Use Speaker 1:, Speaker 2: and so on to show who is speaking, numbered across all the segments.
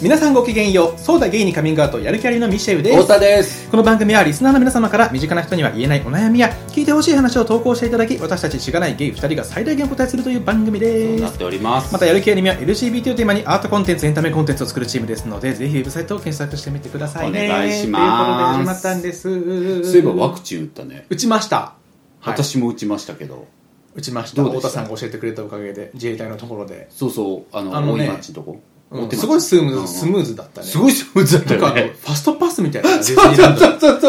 Speaker 1: 皆さんごきげんようそうだゲイにカミングアウトやる気ありのミシェルで
Speaker 2: 太
Speaker 1: す
Speaker 2: 田です
Speaker 1: この番組はリスナーの皆様から身近な人には言えないお悩みや聞いてほしい話を投稿していただき私たちしがないゲイ2人が最大限お答えするという番組
Speaker 2: そう
Speaker 1: で
Speaker 2: なっ
Speaker 1: す
Speaker 2: ております
Speaker 1: またやる気アニメは LGBT をテーマにアートコンテンツエンタメコンテンツを作るチームですのでぜひウェブサイトを検索してみてくださいね
Speaker 2: お願いします
Speaker 1: ということで始まったんです
Speaker 2: そういえばワクチン打ったね、
Speaker 1: 打ちました、はい、
Speaker 2: 私も打ちましたけど
Speaker 1: 打ちました
Speaker 2: どうで
Speaker 1: 太
Speaker 2: した
Speaker 1: 田さんが教えてくれたおかげで自衛隊のところで、
Speaker 2: そうそうあの
Speaker 1: あのね
Speaker 2: 大井町のとこ、
Speaker 1: うん
Speaker 2: 大手町
Speaker 1: すごいスムーズ,、
Speaker 2: うん
Speaker 1: スムーズだったね
Speaker 2: すごいスムーズだっ
Speaker 1: なんかあ
Speaker 2: た
Speaker 1: の
Speaker 2: よ
Speaker 1: フ
Speaker 2: ね
Speaker 1: ァストパスみたいな
Speaker 2: そうそうそうそ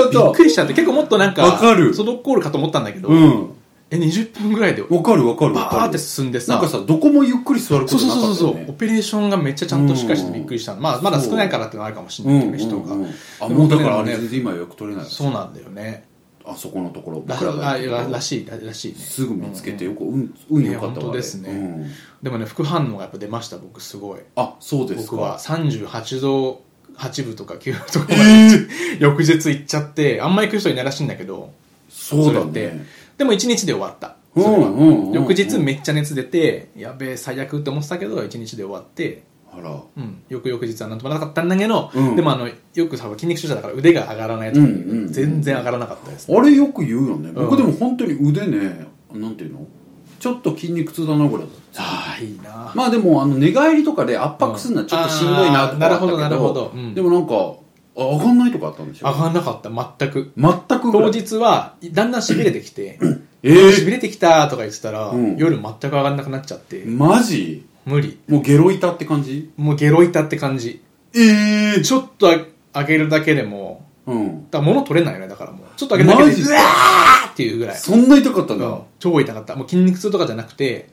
Speaker 2: う
Speaker 1: びっ
Speaker 2: そ
Speaker 1: くりしちゃって結構もっとなんか
Speaker 2: わかる
Speaker 1: ソドッコールかと思ったんだけど、
Speaker 2: ううん
Speaker 1: え20分ぐらいでバ
Speaker 2: わかるわかるわかる
Speaker 1: ーって進んでさ
Speaker 2: なんかさどこもゆっくり座るこ
Speaker 1: そ
Speaker 2: と
Speaker 1: うそう
Speaker 2: なかったよ、ね、
Speaker 1: そうそう、オペレーションがめっちゃちゃんとしっかりしててびっくりしたの、まあ、まだ少ないからってのはあるかもしれ
Speaker 2: うん
Speaker 1: な
Speaker 2: う
Speaker 1: い
Speaker 2: ん
Speaker 1: けど、人が、
Speaker 2: うんあもうだからあれ全然今予約取れない
Speaker 1: そうなんだよね
Speaker 2: あそこのところ
Speaker 1: ら
Speaker 2: 僕らが
Speaker 1: あららしいららしいね
Speaker 2: すぐ見つけてよく、うん、運良かったわ、
Speaker 1: ね本当ですね
Speaker 2: うん
Speaker 1: でもね副反応がやっぱ出ました僕すごい
Speaker 2: あそうですか
Speaker 1: 僕は38度8分とか9分とかま
Speaker 2: え
Speaker 1: で
Speaker 2: ー
Speaker 1: 翌日行っちゃってあんま行く人いないらしいんだけど
Speaker 2: そうだ
Speaker 1: それって
Speaker 2: ね
Speaker 1: でも1日で終わったそれは
Speaker 2: うんうんうん
Speaker 1: 翌日めっちゃ熱出てやべえ最悪って思ってたけど1日で終わって
Speaker 2: あら
Speaker 1: うん、よく翌日はなんともなかったんだけど、
Speaker 2: うん
Speaker 1: でもあのよくさ筋肉注射だから腕が上がらないとか、
Speaker 2: うんうんうん
Speaker 1: 全然上がらなかったです、
Speaker 2: あれよく言うよね
Speaker 1: う
Speaker 2: 僕
Speaker 1: ん
Speaker 2: でも本当に腕ねなんていうのちょっと筋肉痛だなぐらいだった
Speaker 1: ああいいな、
Speaker 2: まあでもあの寝返りとかで圧迫するのはちょっとしんどいなとかあったけ
Speaker 1: うんあーなるほどなるほどうん
Speaker 2: でもなんかあ上がんないとかあったんでしょ
Speaker 1: 上がらなかった全く
Speaker 2: 全くぐら
Speaker 1: 当
Speaker 2: い
Speaker 1: 日はだんだんしびれてきて
Speaker 2: え
Speaker 1: し
Speaker 2: ー
Speaker 1: びれてきたとか言ってたら、
Speaker 2: うん
Speaker 1: 夜全く上がらなくなっちゃって
Speaker 2: マジ
Speaker 1: 無理
Speaker 2: もうゲロ痛って感じ
Speaker 1: もうゲロ痛って感じ
Speaker 2: ええ
Speaker 1: ちょっと上げるだけでも
Speaker 2: うん
Speaker 1: だから物取れないよねだからもうちょっと上げるだけ
Speaker 2: マ
Speaker 1: で
Speaker 2: ジ
Speaker 1: うわーっていうぐらい
Speaker 2: そんな痛かったんだ
Speaker 1: うん超痛かったもう筋肉痛とかじゃなくて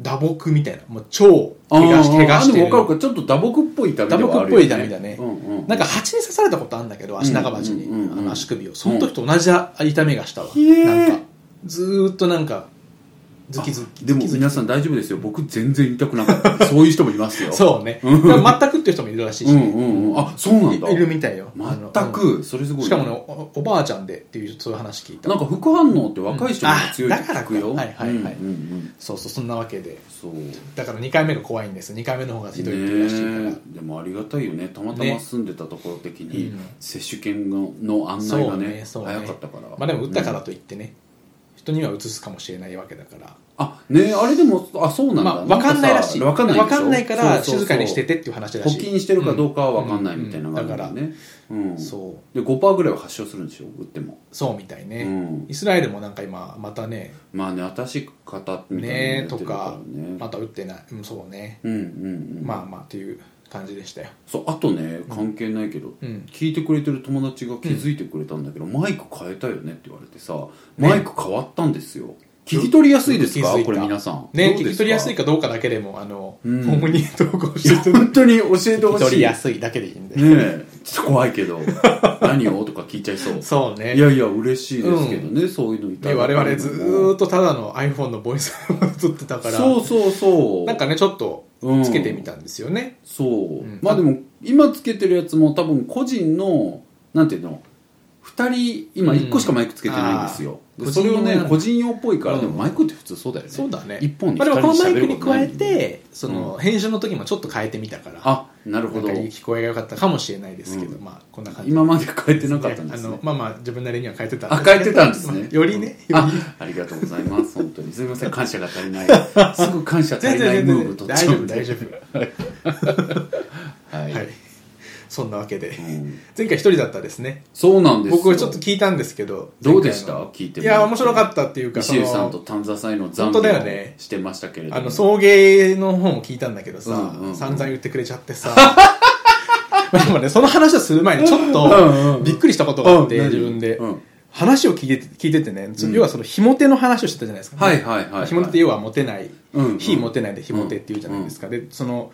Speaker 1: 打撲みたいなもう超
Speaker 2: あ
Speaker 1: 怪我し
Speaker 2: ー
Speaker 1: 怪我し
Speaker 2: あー
Speaker 1: て
Speaker 2: で
Speaker 1: る
Speaker 2: も分かるかちょっと打撲っぽい痛みではあるよね
Speaker 1: 打撲っぽい痛みだね
Speaker 2: うんうん
Speaker 1: なんか蜂に刺されたことあるんだけど足長鉢に、
Speaker 2: うんうんうんうん
Speaker 1: あの足首をその時と同じ痛みがしたわ、
Speaker 2: へー
Speaker 1: なんかずーっとなんかズキズキ
Speaker 2: でも
Speaker 1: ズキズキ
Speaker 2: 皆さん大丈夫ですよ僕全然痛くなかったそういう人もいますよ
Speaker 1: そうね
Speaker 2: うん
Speaker 1: だから全くっていう人もいるらしいし、
Speaker 2: う
Speaker 1: ね
Speaker 2: んうんうんあそうなんだ
Speaker 1: いいるみたいよあの
Speaker 2: 全くそれす
Speaker 1: う
Speaker 2: ご
Speaker 1: ん
Speaker 2: い
Speaker 1: しかもねおおばあちゃんでっていうそういう話聞いた
Speaker 2: なんか副反応って若い人にも強いって
Speaker 1: うんあだから
Speaker 2: 聞
Speaker 1: か
Speaker 2: くよ
Speaker 1: はいはいは
Speaker 2: う
Speaker 1: い
Speaker 2: んうんうん
Speaker 1: そうそうそんなわけで
Speaker 2: そう
Speaker 1: だから2回目が怖いんです2回目の方がひどいっていうらしいから、
Speaker 2: ねえでもありがたいよねたまたま
Speaker 1: ね
Speaker 2: 住んでたところ的に
Speaker 1: うん
Speaker 2: 接種券のの案内がね
Speaker 1: そうねそうね
Speaker 2: 早かったから
Speaker 1: まあでも打ったから
Speaker 2: うん
Speaker 1: といってね、人には移すかもしれないわけだから
Speaker 2: あねえあれでもあそうなんだ
Speaker 1: まあ、わかんないらしい。
Speaker 2: わかんないでしょ
Speaker 1: わかんないから、
Speaker 2: そうそうそう
Speaker 1: 静かにしててっていう話ら
Speaker 2: 補
Speaker 1: しい。
Speaker 2: 菌してるかどうかはわかんないみたいな
Speaker 1: うん
Speaker 2: 感じだねうん
Speaker 1: うんそ
Speaker 2: で5%ぐらいは発症するんでしょ打っても
Speaker 1: う、そうみたいうね。
Speaker 2: ん
Speaker 1: イスラエルもなんか今、またね、
Speaker 2: まあね新しい方みたいなのや
Speaker 1: ね
Speaker 2: って
Speaker 1: と
Speaker 2: る
Speaker 1: か、
Speaker 2: ね
Speaker 1: また打ってない。うん、そうね。
Speaker 2: うんうんうん
Speaker 1: まあまあ、という感じでしたよ。
Speaker 2: そうあとね関係ないけど、
Speaker 1: うん。
Speaker 2: 聞いてくれてる友達が気づいてくれたんだけど、マイク変えたよねって言われてさマイク変わったんですよ、聞き取りやすいです
Speaker 1: 気づ
Speaker 2: か
Speaker 1: いた
Speaker 2: これ皆さん
Speaker 1: ね、
Speaker 2: どうで
Speaker 1: 聞
Speaker 2: す
Speaker 1: き
Speaker 2: か
Speaker 1: 取りやすいかどうかだけでも、あの、
Speaker 2: うん
Speaker 1: ホームに投稿し
Speaker 2: い
Speaker 1: て
Speaker 2: や
Speaker 1: いただいて
Speaker 2: 本当に教えて
Speaker 1: 聞
Speaker 2: ほ
Speaker 1: き取
Speaker 2: しい
Speaker 1: り
Speaker 2: ね
Speaker 1: やすいだけでいいんで。
Speaker 2: えちょっと怖いけ ど何をとか聞いちゃいそう
Speaker 1: そうね。
Speaker 2: いやいや嬉しいですけどね、そういうのいただ
Speaker 1: ね、
Speaker 2: いた
Speaker 1: 我
Speaker 2: りも
Speaker 1: 々ずーっとただの iPhone のボイスを撮ってたから、
Speaker 2: そうそうそう
Speaker 1: なんかね、ちょっと
Speaker 2: うん
Speaker 1: つけてみたんですよね。
Speaker 2: そう、
Speaker 1: うん
Speaker 2: まあでも今つけてるやつも多分個人のなんていうの2人今
Speaker 1: うん
Speaker 2: 1個しかマイクつけてないんですよ、
Speaker 1: あー
Speaker 2: でそれをね
Speaker 1: 個
Speaker 2: 個人用っぽいから、
Speaker 1: うん
Speaker 2: でもマイクって普通そうだよね
Speaker 1: そうだね。
Speaker 2: 1本に
Speaker 1: まあ、で
Speaker 2: 2
Speaker 1: もこの
Speaker 2: 人
Speaker 1: マイ
Speaker 2: 喋
Speaker 1: ク
Speaker 2: るこ
Speaker 1: に
Speaker 2: とな
Speaker 1: 加え
Speaker 2: い
Speaker 1: てその、編集の時もちょっと変えてみたから
Speaker 2: あなる
Speaker 1: な
Speaker 2: ほ
Speaker 1: ん
Speaker 2: ど
Speaker 1: かいい聞こえが良かったかもしれないですけど、
Speaker 2: う
Speaker 1: まあこんな感じ
Speaker 2: 今まで変えてなかったんで
Speaker 1: あ
Speaker 2: す
Speaker 1: の
Speaker 2: ね
Speaker 1: まあまあ自分なりには変えてた
Speaker 2: あ変えてたんですね
Speaker 1: まあよりね、よ
Speaker 2: あ
Speaker 1: り
Speaker 2: ありがとうございます本当にすみません感謝が足り ないすぐ感謝足
Speaker 1: 全
Speaker 2: りない
Speaker 1: 然
Speaker 2: ムーブ
Speaker 1: 全然
Speaker 2: と
Speaker 1: 大丈夫大丈夫
Speaker 2: 夫はい、
Speaker 1: はいそんなわけで、
Speaker 2: うん
Speaker 1: 前回一人だったですね
Speaker 2: そうなんですよ
Speaker 1: 僕ちょっと聞いたんですけど
Speaker 2: どうでした
Speaker 1: 前回の
Speaker 2: 聞いて
Speaker 1: い
Speaker 2: み
Speaker 1: や面白か
Speaker 2: た
Speaker 1: ったっていうか
Speaker 2: 石井さんと
Speaker 1: そ
Speaker 2: 丹沢さんへの残
Speaker 1: 本当
Speaker 2: 業
Speaker 1: だよね
Speaker 2: してましたけれども
Speaker 1: のあの送迎の方も聞いたんだけどさ、
Speaker 2: うんうんうん
Speaker 1: 散々言ってくれちゃってさ まあでもねその話をする前にちょっ
Speaker 2: うんうんう
Speaker 1: と
Speaker 2: ん
Speaker 1: びっくりしたことがあって、
Speaker 2: うん
Speaker 1: 自分で、
Speaker 2: うん
Speaker 1: 話を聞いて聞いててね、
Speaker 2: ん
Speaker 1: 要はそのひも手の話をしてたじゃないですか、
Speaker 2: はいはいはいはい
Speaker 1: ひも手って要は持てない、
Speaker 2: うんうん
Speaker 1: 非持てないでひも手って言うじゃないですか、でその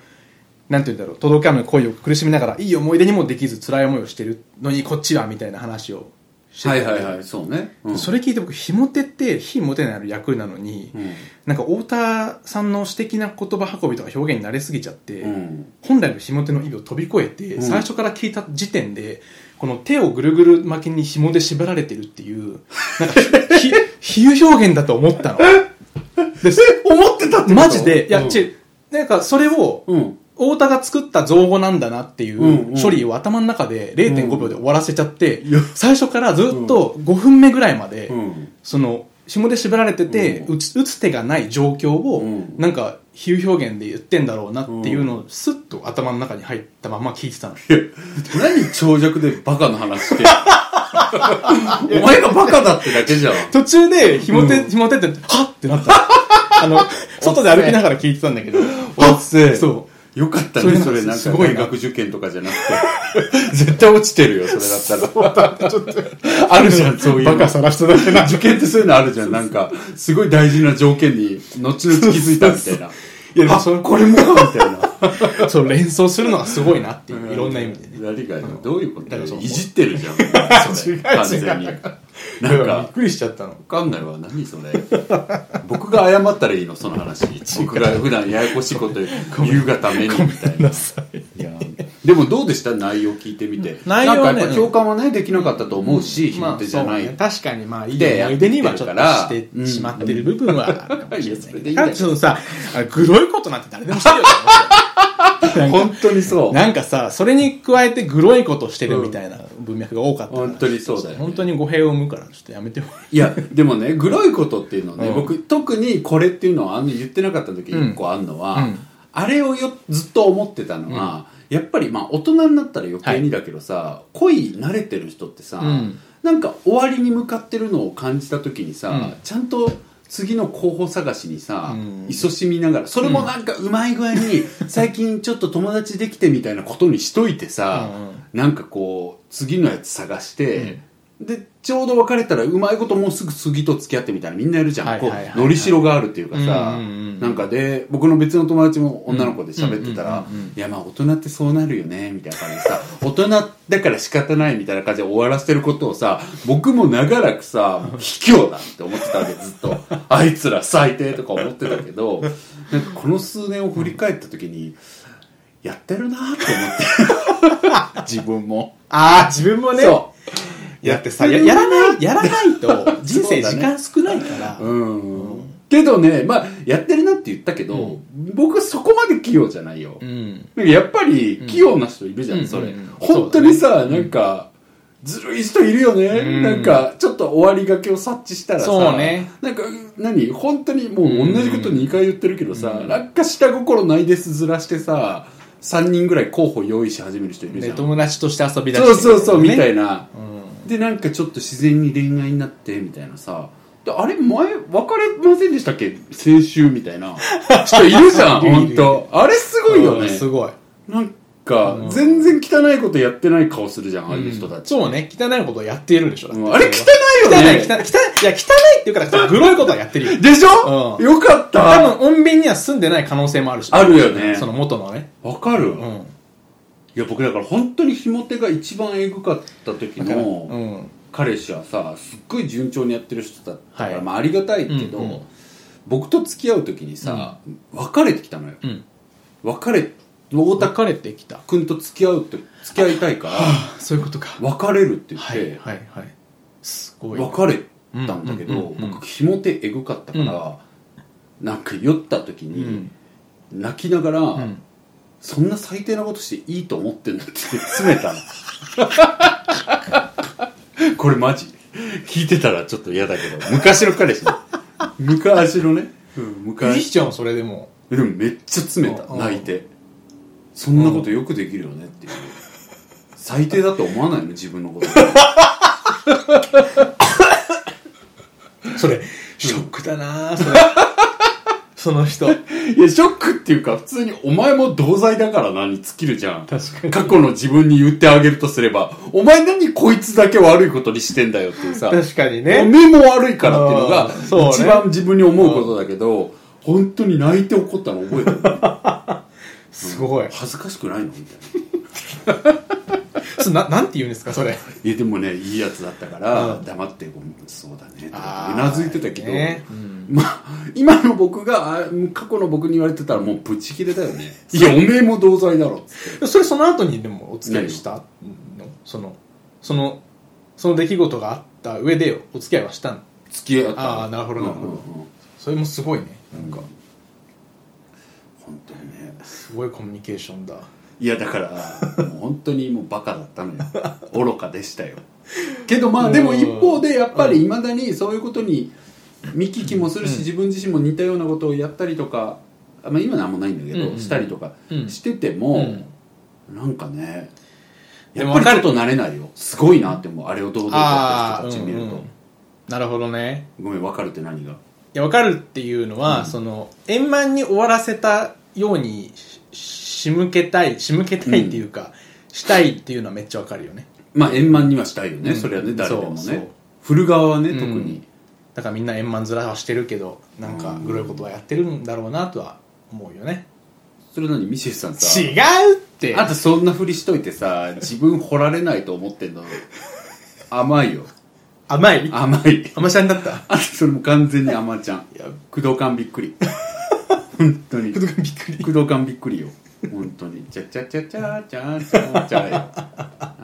Speaker 1: なんて言うんだろう届かぬ恋を苦しみながらいい思い出にもできず辛い思いをしてるのにこっちはみたいな話をして
Speaker 2: は
Speaker 1: て
Speaker 2: いはいはいそうね、うん
Speaker 1: それ聞いて僕ひも手って非持てないの役なのに、
Speaker 2: うん
Speaker 1: なんか太田さんの私的な言葉運びとか表現に慣れすぎちゃって、
Speaker 2: うん
Speaker 1: 本来の紐手の意味を飛び越えて、
Speaker 2: うん
Speaker 1: 最初から聞いた時点でこの手をぐるぐる巻きに紐で縛られてるっていうなんかひひ比 喩表現だと思ったのです
Speaker 2: 思ってたってこと
Speaker 1: マジでいや、
Speaker 2: うん
Speaker 1: ちなんかそれを
Speaker 2: うん
Speaker 1: 太太田が作った造語なんだなってい
Speaker 2: んう
Speaker 1: うん処理を頭の中で0.5秒で終わらせちゃって、
Speaker 2: いや
Speaker 1: 最初からずっと5分目ぐらいまで、
Speaker 2: うん
Speaker 1: その、紐で縛られてて、
Speaker 2: う
Speaker 1: 打つ打つ手がない状況を、
Speaker 2: うん
Speaker 1: なんか、比喩表現で言ってんだろうなっていうのを、スッと頭の中に入ったまま聞いてたの。
Speaker 2: 何長尺でバカの話 して。お前がバカだってだけじゃん。
Speaker 1: 途中で、紐手、紐手って、はっってな った。あの、外で歩きながら聞いてたんだけど、
Speaker 2: おっせ
Speaker 1: そう。
Speaker 2: う。よかった
Speaker 1: そ
Speaker 2: ね、
Speaker 1: れなんか
Speaker 2: それなん
Speaker 1: す
Speaker 2: か
Speaker 1: ごい
Speaker 2: 大
Speaker 1: な
Speaker 2: 学受験とかじゃなくて。絶対落ちてるよ、それだったら。あるじゃん、そういうの。
Speaker 1: バカさらしてただけ な。
Speaker 2: 受験ってそういうのあるじゃん、なんか、すごい大事な条件に、後々気づいたみたいな。
Speaker 1: いやでも
Speaker 2: あ
Speaker 1: それ
Speaker 2: これもか、みたいな。
Speaker 1: そう、連想するのがすごいなって いう、いろんな意味でね。
Speaker 2: 何がどういうこと
Speaker 1: だからそう
Speaker 2: いじってるじゃん。 それ
Speaker 1: 違う違う
Speaker 2: 完全に。な
Speaker 1: だ
Speaker 2: ん
Speaker 1: からび
Speaker 2: か
Speaker 1: っ、くりしちゃったの。
Speaker 2: わかんないわ何それ僕が謝ったらいいのその話僕が普段ややこしいこと言うがためにみたいなでもどうでした内容聞いてみて
Speaker 1: 内容
Speaker 2: な
Speaker 1: はね
Speaker 2: んかやっぱ共感はねできなかったと思うしひも手じゃない、
Speaker 1: ね、確かにまあいい
Speaker 2: で
Speaker 1: 思い出にはちょっと
Speaker 2: やっ
Speaker 1: して
Speaker 2: るから
Speaker 1: てしまってる部分はあるかもしれない
Speaker 2: やそ
Speaker 1: け
Speaker 2: れ
Speaker 1: ど
Speaker 2: でいいんだよ
Speaker 1: そのさあのグロいことなんて誰でもしてるよなん
Speaker 2: 本
Speaker 1: か
Speaker 2: 当にそう
Speaker 1: なんかさそれに加えてグロいことしてるみたいな文脈が多かったから
Speaker 2: 本当にそうだよね
Speaker 1: 本当に語弊を生むからちょっとやめてもら
Speaker 2: いやでもねグロいことっていうのはね、
Speaker 1: うん
Speaker 2: 僕特にこれっていうのはあの言ってなかった時
Speaker 1: うん
Speaker 2: 一個あるのは、
Speaker 1: うん
Speaker 2: あれをよずっと思ってたのは、やっぱりまあ大人になったら余計にだけどさ、恋慣れてる人ってさ、
Speaker 1: うん
Speaker 2: なんか終わりに向かってるのを感じた時にさ、
Speaker 1: うん
Speaker 2: ちゃんと次の候補探しにさ、
Speaker 1: うん
Speaker 2: 勤しみながらそれもなんかうまい具合に最近ちょっと友達できてみたいなことにしといてさ、
Speaker 1: うんうん
Speaker 2: なんかこう次のやつ探して、でちょうど別れたらうまいこともうすぐ次と付き合ってみたいなみんないるじゃ
Speaker 1: は
Speaker 2: ん
Speaker 1: い
Speaker 2: こ
Speaker 1: はいはいは
Speaker 2: う
Speaker 1: い
Speaker 2: のりしろがあるっていうかさ、
Speaker 1: うんうんうん
Speaker 2: なんかで僕の別の友達も女の子で喋ってたら
Speaker 1: うんうんうんう
Speaker 2: 「
Speaker 1: ん
Speaker 2: いやまあ大人ってそうなるよね」みたいな感じでさ 「大人だから仕方ない」みたいな感じで終わらせてることをさ僕も長らくさ卑怯だって思ってたわけずっ と「あいつら最低」とか思ってたけどなんかこの数年を振り返った時にやってるなーって思って自分も。
Speaker 1: ああ自分
Speaker 2: そ
Speaker 1: も
Speaker 2: う
Speaker 1: いやだってさややらないやらないと 人
Speaker 2: そう
Speaker 1: 生
Speaker 2: だ
Speaker 1: 時
Speaker 2: ね
Speaker 1: 間少ないから
Speaker 2: うんけどね、まあ、やってるなって言ったけど、僕はそこまで器用じゃないよ。
Speaker 1: うん
Speaker 2: なんかやっぱり器用な人いるじゃん、
Speaker 1: うん
Speaker 2: それ、
Speaker 1: うんうん
Speaker 2: 本当にさ、なんか、ずるい人いるよね、
Speaker 1: ん
Speaker 2: なんか、ちょっと終わりがけを察知したらさ、
Speaker 1: そうね
Speaker 2: なんか、何本当にもう同じこと2回言ってるけどさ、なんか下心ないですずらしてさ、3人ぐらい候補用意し始める人いるじ
Speaker 1: で
Speaker 2: ゃん。
Speaker 1: 友達として遊び出して
Speaker 2: そうそうそう、みた
Speaker 1: ない
Speaker 2: な。でなんかちょっと自然に恋愛になってみたいなさであれ前別れませんでしたっけ先週みたいな人いるじゃん
Speaker 1: いるいる
Speaker 2: 本当あれすごいよね
Speaker 1: すごい
Speaker 2: なんか全然汚いことやってない顔するじゃんああいう人たち、
Speaker 1: そうね、汚いことをやっているんでしょ。だって
Speaker 2: うんあれ汚いよね
Speaker 1: 汚い、汚い、汚い、いや、汚いって言うから、グロいことはやってるよ。
Speaker 2: でしょ、
Speaker 1: うん
Speaker 2: よかった
Speaker 1: 多分、穏便には住んでない可能性もあるし。
Speaker 2: あるよね
Speaker 1: その元のね。
Speaker 2: わかる、い
Speaker 1: うん。
Speaker 2: や僕だから本当にひも手が一番えぐかった時
Speaker 1: だから、う
Speaker 2: の、
Speaker 1: ん。
Speaker 2: 彼氏はさすっごい順調にやってる人だったから、
Speaker 1: はい
Speaker 2: まあ、ありがたいけど、
Speaker 1: うんうん
Speaker 2: 僕と付き合う時にさ、別れてきたのよ、
Speaker 1: うん。
Speaker 2: 別れ太田
Speaker 1: 別れてきた。
Speaker 2: 君と付き合うって付き合いたいから
Speaker 1: あそういうことか。
Speaker 2: 別れるって言っ
Speaker 1: は
Speaker 2: て
Speaker 1: い、、はい、はい。すごい。
Speaker 2: 別れたんだけど、
Speaker 1: うんうんうんうん
Speaker 2: 僕ひも手えぐかったから、なんか酔った時
Speaker 1: う
Speaker 2: に
Speaker 1: ん。
Speaker 2: 泣きながら、
Speaker 1: うん。
Speaker 2: そんな最低なことしていいと思ってんのって詰めたのこれマジ聞いてたらちょっと嫌だけど昔の彼氏ね昔のね、うん、
Speaker 1: いい
Speaker 2: 昔
Speaker 1: じゃん、それでも。
Speaker 2: でもめっちゃ詰めた
Speaker 1: うん
Speaker 2: 泣いてそんなことよくできるよねっていう最低だと思わないの自分のこと
Speaker 1: それ、ショックだなぁ それその人。
Speaker 2: いやショックっていうか普通にお前も同罪だからなに尽きるじゃん
Speaker 1: 確かに
Speaker 2: 過去の自分に言ってあげるとすればお前何こいつだけ悪いことにしてんだよっていうさ
Speaker 1: 確かに
Speaker 2: お
Speaker 1: ね。
Speaker 2: 目も悪いからっていうの
Speaker 1: あ
Speaker 2: が
Speaker 1: ーそうね
Speaker 2: 一番自分に思うことだけど本当に泣いて怒ったの覚えてる
Speaker 1: すごい。
Speaker 2: 恥ずかしくないのみたいな
Speaker 1: そな、なんて言うんですか、それ。
Speaker 2: いやでもねいいやつだったから
Speaker 1: うん
Speaker 2: 黙ってごめんそうだねと
Speaker 1: あ
Speaker 2: か
Speaker 1: ー
Speaker 2: うなずいてたけど、
Speaker 1: ねうん
Speaker 2: まあ今の僕があ過去の僕に言われてたらもうブチ切れだよ ねいやおめえも同罪だろっつって
Speaker 1: それその後にでもお付き合いしたのそのそのその出来事があった上でお付き合いはしたの
Speaker 2: 付き合った
Speaker 1: ああなるほどなるほど
Speaker 2: うんうんうん
Speaker 1: それもすごいねなんか
Speaker 2: 本当にね
Speaker 1: すごいコミュニケーションだ
Speaker 2: いやだ からもう本当にもうバカだったのよ愚かでしたよけどまあでも一方でやっぱりいまだにそういうことに見聞きもするし、
Speaker 1: うん
Speaker 2: 自分自身も似たようなことをやったりとか、まあ、今なんもないんだけど、
Speaker 1: うんうん
Speaker 2: したりとか
Speaker 1: うん
Speaker 2: してて
Speaker 1: う
Speaker 2: も、
Speaker 1: ん
Speaker 2: なんかね
Speaker 1: で
Speaker 2: や
Speaker 1: も
Speaker 2: っぱりちょっと慣れないよすごいなって思うあれを堂々とやってる人たち見ると、
Speaker 1: あーうんうんなるほどね
Speaker 2: ごめんわかるって何が
Speaker 1: いや分かるっていうのは、その円満に終わらせたようにし仕向けたい仕向けたいっていうか、したいっていうのはめっちゃ分かるよね
Speaker 2: まあ円満にはしたいよね、
Speaker 1: うん
Speaker 2: それはね誰でもね
Speaker 1: そうそう
Speaker 2: 振る側はね、
Speaker 1: うん
Speaker 2: 特に
Speaker 1: だからみんな円満面はしてるけどなんかグロいことはやってるんだろうなとは思うよね、
Speaker 2: それなのにミシェルさんさ
Speaker 1: 違うって
Speaker 2: あとそんなふりしといてさ自分掘られないと思ってんの甘いよ
Speaker 1: 甘い
Speaker 2: 甘い
Speaker 1: 甘ちゃんだ った
Speaker 2: あとそれも完全に甘ちゃん
Speaker 1: いや
Speaker 2: 工藤感びっくり本当に
Speaker 1: びっくり
Speaker 2: 工藤感びっくりよ本当にチャチャチャチャチャチャチャよ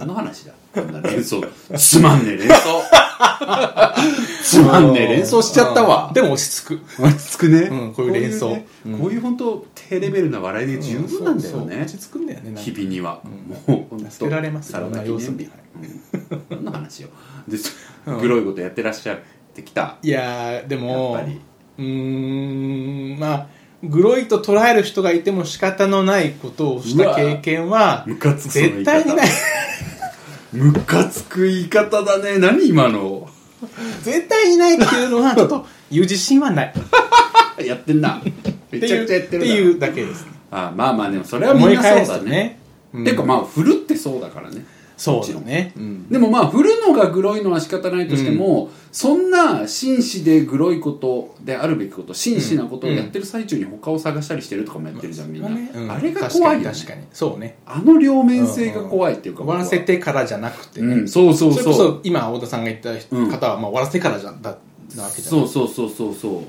Speaker 2: 何の話だこんな連想つまんねえ連想つまんねえ連想しちゃったわ
Speaker 1: でも落ち着く
Speaker 2: 落ち着くね、
Speaker 1: うんこういう連想
Speaker 2: こういう,、ね
Speaker 1: うん
Speaker 2: こういう本当低レベルな笑いで十分なんだよ
Speaker 1: そうそ
Speaker 2: ね、
Speaker 1: う落ち着くんだよねなんか
Speaker 2: 日々には、もう本当
Speaker 1: 助けられます
Speaker 2: サラダ記念日
Speaker 1: いろ
Speaker 2: う
Speaker 1: んな
Speaker 2: ん何の話 よでそ
Speaker 1: うん
Speaker 2: グロいことやってらっしゃってきた
Speaker 1: いやーでも
Speaker 2: やっぱり
Speaker 1: うーんまあグロいと捉える人がいても仕方のないことをした経験は
Speaker 2: ムカつくその言い
Speaker 1: 絶
Speaker 2: 方
Speaker 1: 対にない
Speaker 2: ムカつく言い方だね何今の
Speaker 1: 絶対にないっていうのはちょっと言う自信はないっ
Speaker 2: やってんな
Speaker 1: て
Speaker 2: めち
Speaker 1: い
Speaker 2: ゃ
Speaker 1: う
Speaker 2: くちゃやってるな
Speaker 1: っていうだけです
Speaker 2: あまあまあでもそれはみ
Speaker 1: 思
Speaker 2: ん
Speaker 1: い
Speaker 2: なそ
Speaker 1: 返
Speaker 2: う
Speaker 1: す
Speaker 2: だ
Speaker 1: と
Speaker 2: ね
Speaker 1: ねうん
Speaker 2: てかまあ振るってそうだからね
Speaker 1: そうだねうん
Speaker 2: でもまあ振るのがグロいのは仕方ないとしても、そんな紳士でグロいことであるべきこと紳士なことをやってる最中に他を探したりしてるとかもやってるじゃん、みんな、
Speaker 1: うん
Speaker 2: あれが怖いよ、ね、
Speaker 1: 確かに確かにそうね
Speaker 2: あの両面性が怖いっていうか、
Speaker 1: 終わらせてからじゃなくて
Speaker 2: 僕は、
Speaker 1: ね、
Speaker 2: うん、そうそう
Speaker 1: そ
Speaker 2: そ
Speaker 1: れ
Speaker 2: う
Speaker 1: こそ今太田さんが言った
Speaker 2: うん
Speaker 1: 方はまあ終わらせてからじゃんだなわけじゃん
Speaker 2: そうそうそうそうそう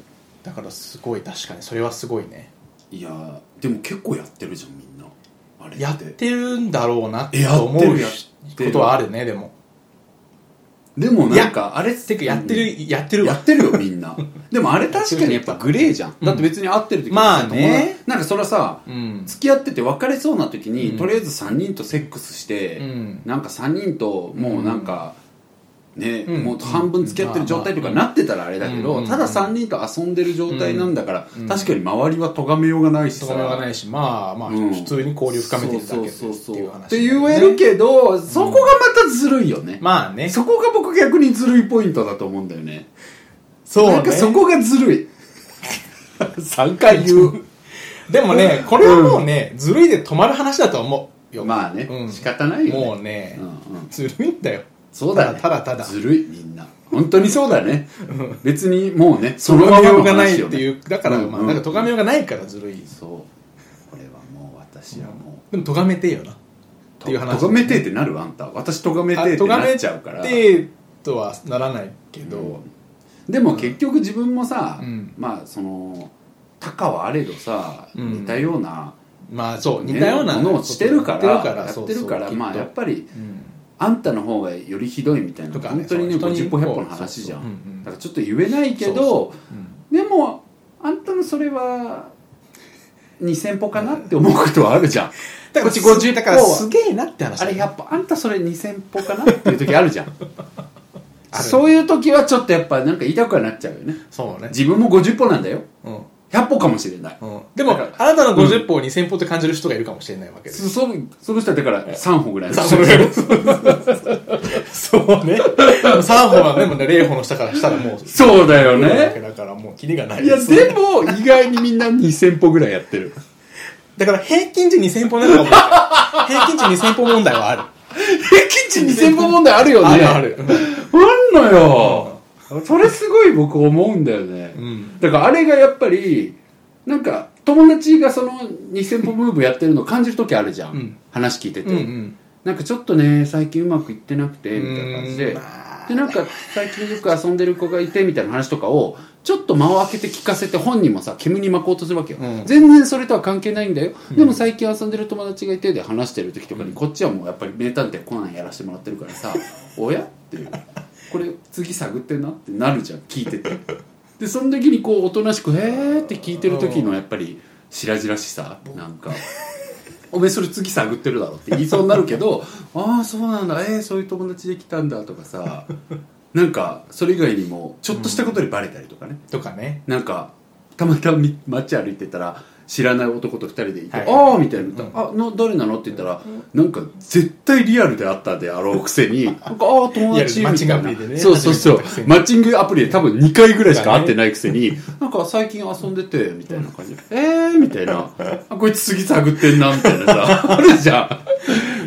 Speaker 1: だからすごい確かにそれはすごいね
Speaker 2: いやーでも結構やってるじゃんみんなあれ
Speaker 1: やってるんだろうなって
Speaker 2: えやってる
Speaker 1: 思う
Speaker 2: やってる
Speaker 1: ことはあるねでも
Speaker 2: でもなんかあれ
Speaker 1: てかやって
Speaker 2: うん
Speaker 1: るやってる
Speaker 2: や
Speaker 1: わ
Speaker 2: ってるよみんなでもあれ確かにやっぱグレーじゃん、
Speaker 1: うん
Speaker 2: だって別に会ってる時
Speaker 1: まあね
Speaker 2: なんかそれはさ
Speaker 1: うん
Speaker 2: 付き合ってて別れそうな時に、
Speaker 1: うん
Speaker 2: とりあえず3人とセックスして、
Speaker 1: うん
Speaker 2: なんか3人ともうなんか、ね、
Speaker 1: うん
Speaker 2: もう半分付き合ってる状態とか
Speaker 1: うんま
Speaker 2: なってたらあれだけど、
Speaker 1: うん
Speaker 2: ただ3人と遊んでる状態なんだから、
Speaker 1: うん
Speaker 2: 確かに周りは咎めようがないしさ
Speaker 1: それはないしまあまあ
Speaker 2: うん
Speaker 1: 普通に交流深めてるだけでって
Speaker 2: そうそうそう
Speaker 1: い
Speaker 2: そうう
Speaker 1: 話
Speaker 2: って言えるけど、そこがまたずるいよね、
Speaker 1: まあね
Speaker 2: そこが僕逆にずるいポイントだと思うんだよね
Speaker 1: そうね
Speaker 2: なんかそこがずるい3回言う
Speaker 1: でもねこれはもうねずるいで止まる話だと思うよ
Speaker 2: まあね、
Speaker 1: うん
Speaker 2: 仕方ないよね
Speaker 1: もうね
Speaker 2: うんうん、
Speaker 1: ずるいんだよ
Speaker 2: そうだね
Speaker 1: ただただただ
Speaker 2: ずるいみんな本当にそうだね別にもうね
Speaker 1: 咎め
Speaker 2: の
Speaker 1: よ
Speaker 2: ま
Speaker 1: う
Speaker 2: ま
Speaker 1: が
Speaker 2: の
Speaker 1: ない
Speaker 2: 話よ
Speaker 1: っ
Speaker 2: ね
Speaker 1: ていうだからまあなんか咎めようがないからずるい
Speaker 2: そうこれはもう私はも
Speaker 1: でも咎めてえよな
Speaker 2: う
Speaker 1: っていう話
Speaker 2: と咎めてえってなるあんた私咎めてえって
Speaker 1: 咎
Speaker 2: なっ
Speaker 1: め
Speaker 2: ちゃうから
Speaker 1: てえとはならないけど、
Speaker 2: うんでも結局自分もさ、
Speaker 1: うん
Speaker 2: まあその高はあれどさ、
Speaker 1: うん
Speaker 2: 似たような、
Speaker 1: まあそう
Speaker 2: ね
Speaker 1: 似たような
Speaker 2: ものをしてるから
Speaker 1: やってるから
Speaker 2: やっ
Speaker 1: そう
Speaker 2: てるから
Speaker 1: そう
Speaker 2: まあ
Speaker 1: きっと
Speaker 2: やっぱり
Speaker 1: うん
Speaker 2: あんたの方がよりひどいみたいな
Speaker 1: とかね
Speaker 2: 本当にね
Speaker 1: そう
Speaker 2: 50
Speaker 1: 人に
Speaker 2: 歩100歩の話じゃん
Speaker 1: そうそううんうん
Speaker 2: だからちょっと言えないけど
Speaker 1: そ
Speaker 2: でもあんたのそれは2000歩かなって思うことはあるじゃん
Speaker 1: だか
Speaker 2: こっ
Speaker 1: ら
Speaker 2: ち50
Speaker 1: だからすげえなって話
Speaker 2: あ
Speaker 1: だ
Speaker 2: れ
Speaker 1: よ
Speaker 2: 100歩あんたそれ2000歩かなっていう時あるじゃん
Speaker 1: ある
Speaker 2: そういう時はちょっとやっぱなんか痛くはなっちゃうよね
Speaker 1: そうね
Speaker 2: 自分も50歩なんだよ
Speaker 1: うん
Speaker 2: 100歩かもしれない、
Speaker 1: うんでも
Speaker 2: だから
Speaker 1: あなたの50歩を2000歩って感じる人がいるかもしれないわけで
Speaker 2: そそその人はだから3歩ぐらい
Speaker 1: 三歩ぐら いそうね3歩はねもうね0歩の下からしたらもう
Speaker 2: そうだよ
Speaker 1: だ
Speaker 2: ね
Speaker 1: けだからもうキリがない
Speaker 2: いやでも意外にみんな2000歩ぐらいやって る
Speaker 1: だから平均値2000歩なのか もしれない平均値2000歩問題はある
Speaker 2: 平均値2000歩問題あるよね
Speaker 1: あるある
Speaker 2: あんのよ、それすごい僕思うんだよね、
Speaker 1: うん
Speaker 2: だからあれがやっぱりなんか友達がその2000歩ムーブやってるの感じる時あるじゃん、
Speaker 1: うん
Speaker 2: 話聞いてて、
Speaker 1: うんうん
Speaker 2: なんかちょっとね最近うまくいってなくてみたいな感じ
Speaker 1: う
Speaker 2: で
Speaker 1: んまあ
Speaker 2: でなんか最近よく遊んでる子がいてみたいな話とかをちょっと間を空けて聞かせて本人もさ煙に巻こうとするわけよ、
Speaker 1: うん
Speaker 2: 全然それとは関係ないんだよ、でも最近遊んでる友達がいてで話してる時とかにこっちはもうやっぱり名探偵コナンやらせてもらってるから さ「おや?」っていうこれ次探ってなってなるじゃん聞いててでその時にこうおとなしく「へーって聞いてる時のやっぱり白々しさなんか「おめえそれ次探ってるだろ」って言いそうになるけど「ああそうなんだえー、そういう友達できたんだ」とかさなんかそれ以外にもちょっとしたことでバレたりとかね、
Speaker 1: とかね
Speaker 2: なんかたまたまみ街歩いてたら知らない男と二人でいて「
Speaker 1: はい
Speaker 2: ああ」みたいな歌
Speaker 1: うん
Speaker 2: あの誰なの?」って言ったら、なんか絶対リアルであったであろうくせ に「なんかああ友達」
Speaker 1: リアルマッ
Speaker 2: み
Speaker 1: チング
Speaker 2: たい
Speaker 1: アプ
Speaker 2: な、
Speaker 1: リでね
Speaker 2: そうそうそう
Speaker 1: 初めて会ったくせに
Speaker 2: マッチングアプリで多分2回ぐらいしか会ってないくせに「なんか最近遊んでて」みたいな感じで「ええ」みたいな「あこいつ次探ってんな」みたいなさあるじゃん。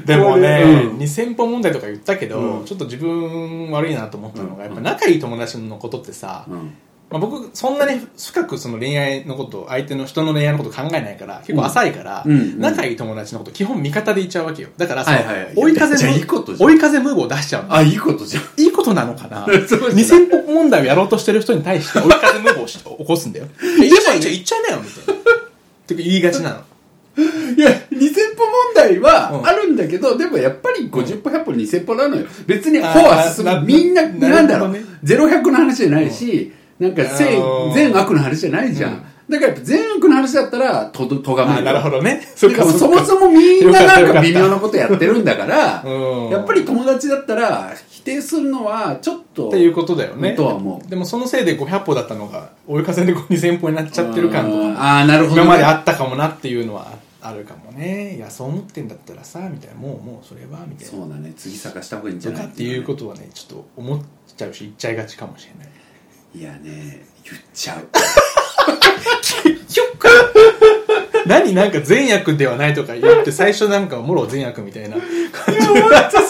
Speaker 1: でもね、
Speaker 2: うん
Speaker 1: 2000歩問題とか言ったけど、
Speaker 2: うん
Speaker 1: ちょっと自分悪いなと思ったのが、
Speaker 2: うん
Speaker 1: やっぱ仲いい友達のことってさ、
Speaker 2: うん
Speaker 1: まあ、僕そんなに深くその恋愛のこと相手の人の恋愛のこと考えないから結構浅いから、
Speaker 2: うんうん
Speaker 1: 仲いい友達のこと基本味方でいっちゃうわけよだからその、
Speaker 2: はいはいはい
Speaker 1: 追い風
Speaker 2: めっちゃ
Speaker 1: ム
Speaker 2: いいことじゃん
Speaker 1: 追い風ムーブを出しちゃうの
Speaker 2: あいいことじゃん。
Speaker 1: いいことなのか な
Speaker 2: そうですね
Speaker 1: 2000歩問題をやろうとしてる人に対して追い風ムーブをし起こすんだよ でもゃいっちゃいなよみたいなって言いがちなの
Speaker 2: いや、2000歩問題
Speaker 1: う
Speaker 2: は
Speaker 1: ん
Speaker 2: あるんだけど、でもやっぱり50歩、100歩、2000歩なのよ。別に歩
Speaker 1: あー
Speaker 2: は進
Speaker 1: な
Speaker 2: む。みんな、
Speaker 1: な
Speaker 2: なんだろう
Speaker 1: なるほどね。
Speaker 2: ゼロ100の話じゃないし、なんか
Speaker 1: あ
Speaker 2: 善
Speaker 1: のー
Speaker 2: 善悪の話じゃないじゃ
Speaker 1: うん
Speaker 2: ん。だからやっぱ善悪の話だったら、とど、とがめ
Speaker 1: あ
Speaker 2: る。
Speaker 1: なるほど ね
Speaker 2: だからそもそもみんななんか微妙なことやってるんだから、
Speaker 1: うん
Speaker 2: やっぱり友達だったら、否定するのはちょっと。
Speaker 1: っていうことだよね
Speaker 2: とは思う
Speaker 1: でもそのせいで500歩だったのが追い風で2000歩になっちゃってる感とか
Speaker 2: あーあーなるほどね
Speaker 1: 今まであったかもなっていうのはああるかもねいやそう思ってんだったらさみたいなもうもうそれはみたいな
Speaker 2: そうだね。次探した方がいいんじゃ
Speaker 1: と
Speaker 2: ない
Speaker 1: かっていうことはねちょっと思っちゃうし言っちゃいがちかもしれない
Speaker 2: いやね、言っちゃう。
Speaker 1: 何なんか善悪ではないとか言って最初なんかもろ善悪みたいな感じ
Speaker 2: そ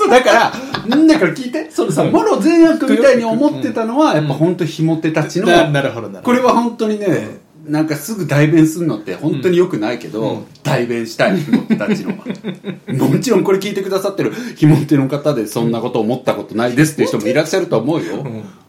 Speaker 2: うだから、んだから聞いて、そのさ、
Speaker 1: うん
Speaker 2: もろ善悪みたいに思ってたのは、やっぱ本当ひも手たちの、
Speaker 1: ななるほどなるほ
Speaker 2: こ
Speaker 1: ど
Speaker 2: れは本当にね、なんかすぐ代弁するのって本当に良くないけど、
Speaker 1: うん
Speaker 2: 代弁したい、ひも手たちの。もちろんこれ聞いてくださってるひも手の方でそんなこと思ったことないですっていう人もいらっしゃると思うよ。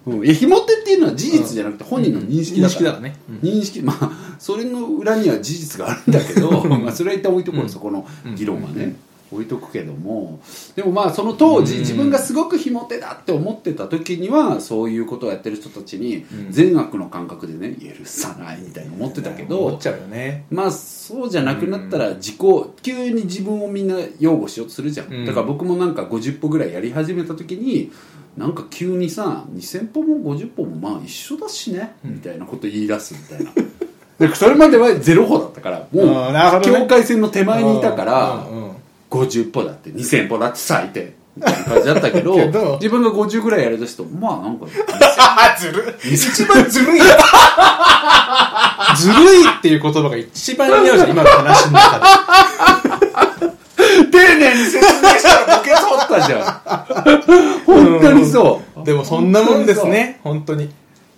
Speaker 2: うん、いやひも手っていうのは事実じゃなくて本人の認識だから、
Speaker 1: うん認識だからねうん
Speaker 2: 認識まあそれの裏には事実があるんだけ どまあそれは一旦置いとこう、そこの議論はね、置いとくけどもでもまあその当時、
Speaker 1: うん
Speaker 2: 自分がすごくひも手だって思ってた時にはそういうことをやってる人たちに、
Speaker 1: うん
Speaker 2: 善悪の感覚でね許さないみたいに思ってたけ
Speaker 1: 思っ
Speaker 2: ど
Speaker 1: ちゃうよね
Speaker 2: まあそうじゃなくなったら
Speaker 1: う
Speaker 2: 自己、急に自分をみんな擁護しようとするじゃん、
Speaker 1: うん
Speaker 2: だから僕もなんか50歩ぐらいやり始めた時になんか急にさ2000歩も50歩もまあ一緒だしね、みたいなこと言い出すみたいな でそれまではゼロ歩だったからも
Speaker 1: あーなる
Speaker 2: う
Speaker 1: ほどね
Speaker 2: 境界線の手前にいたから、
Speaker 1: うんうんうん
Speaker 2: 50歩だって2000歩だって最低みたいな感じだったけど
Speaker 1: けど
Speaker 2: 自分が50ぐらいやりだすとまあなん か
Speaker 1: あずる一番ずるいやつずるいっていう言葉が一番似合うじゃん、今の話の中で。
Speaker 2: 丁寧に説明したらボケそうだったじゃん本当にそう、
Speaker 1: でもそんなもんですね、本当に。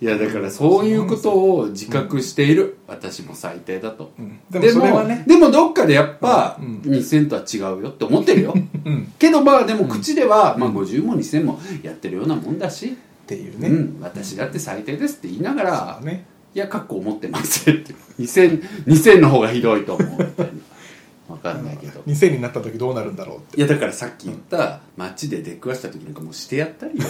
Speaker 2: いやだからそういうことを自覚している、私も最低だと、
Speaker 1: ん
Speaker 2: で
Speaker 1: で
Speaker 2: もで
Speaker 1: もそれ
Speaker 2: も
Speaker 1: はね
Speaker 2: どっかでやっぱ、
Speaker 1: うん
Speaker 2: 2000とは違うよって思ってるよ
Speaker 1: うん。
Speaker 2: けどまあでも口では、まあ、50も2000もやってるようなもんだし、
Speaker 1: っていうね。
Speaker 2: うん、私だって最低ですって言いながら、
Speaker 1: ね。
Speaker 2: いやかっこ思ってませんって2000 2000の方がひどいと思うみたいな分かんないけど
Speaker 1: 2000になった時どうなるんだろうって。
Speaker 2: いやだからさっき言った街で出くわした時なんかもうしてやったりよ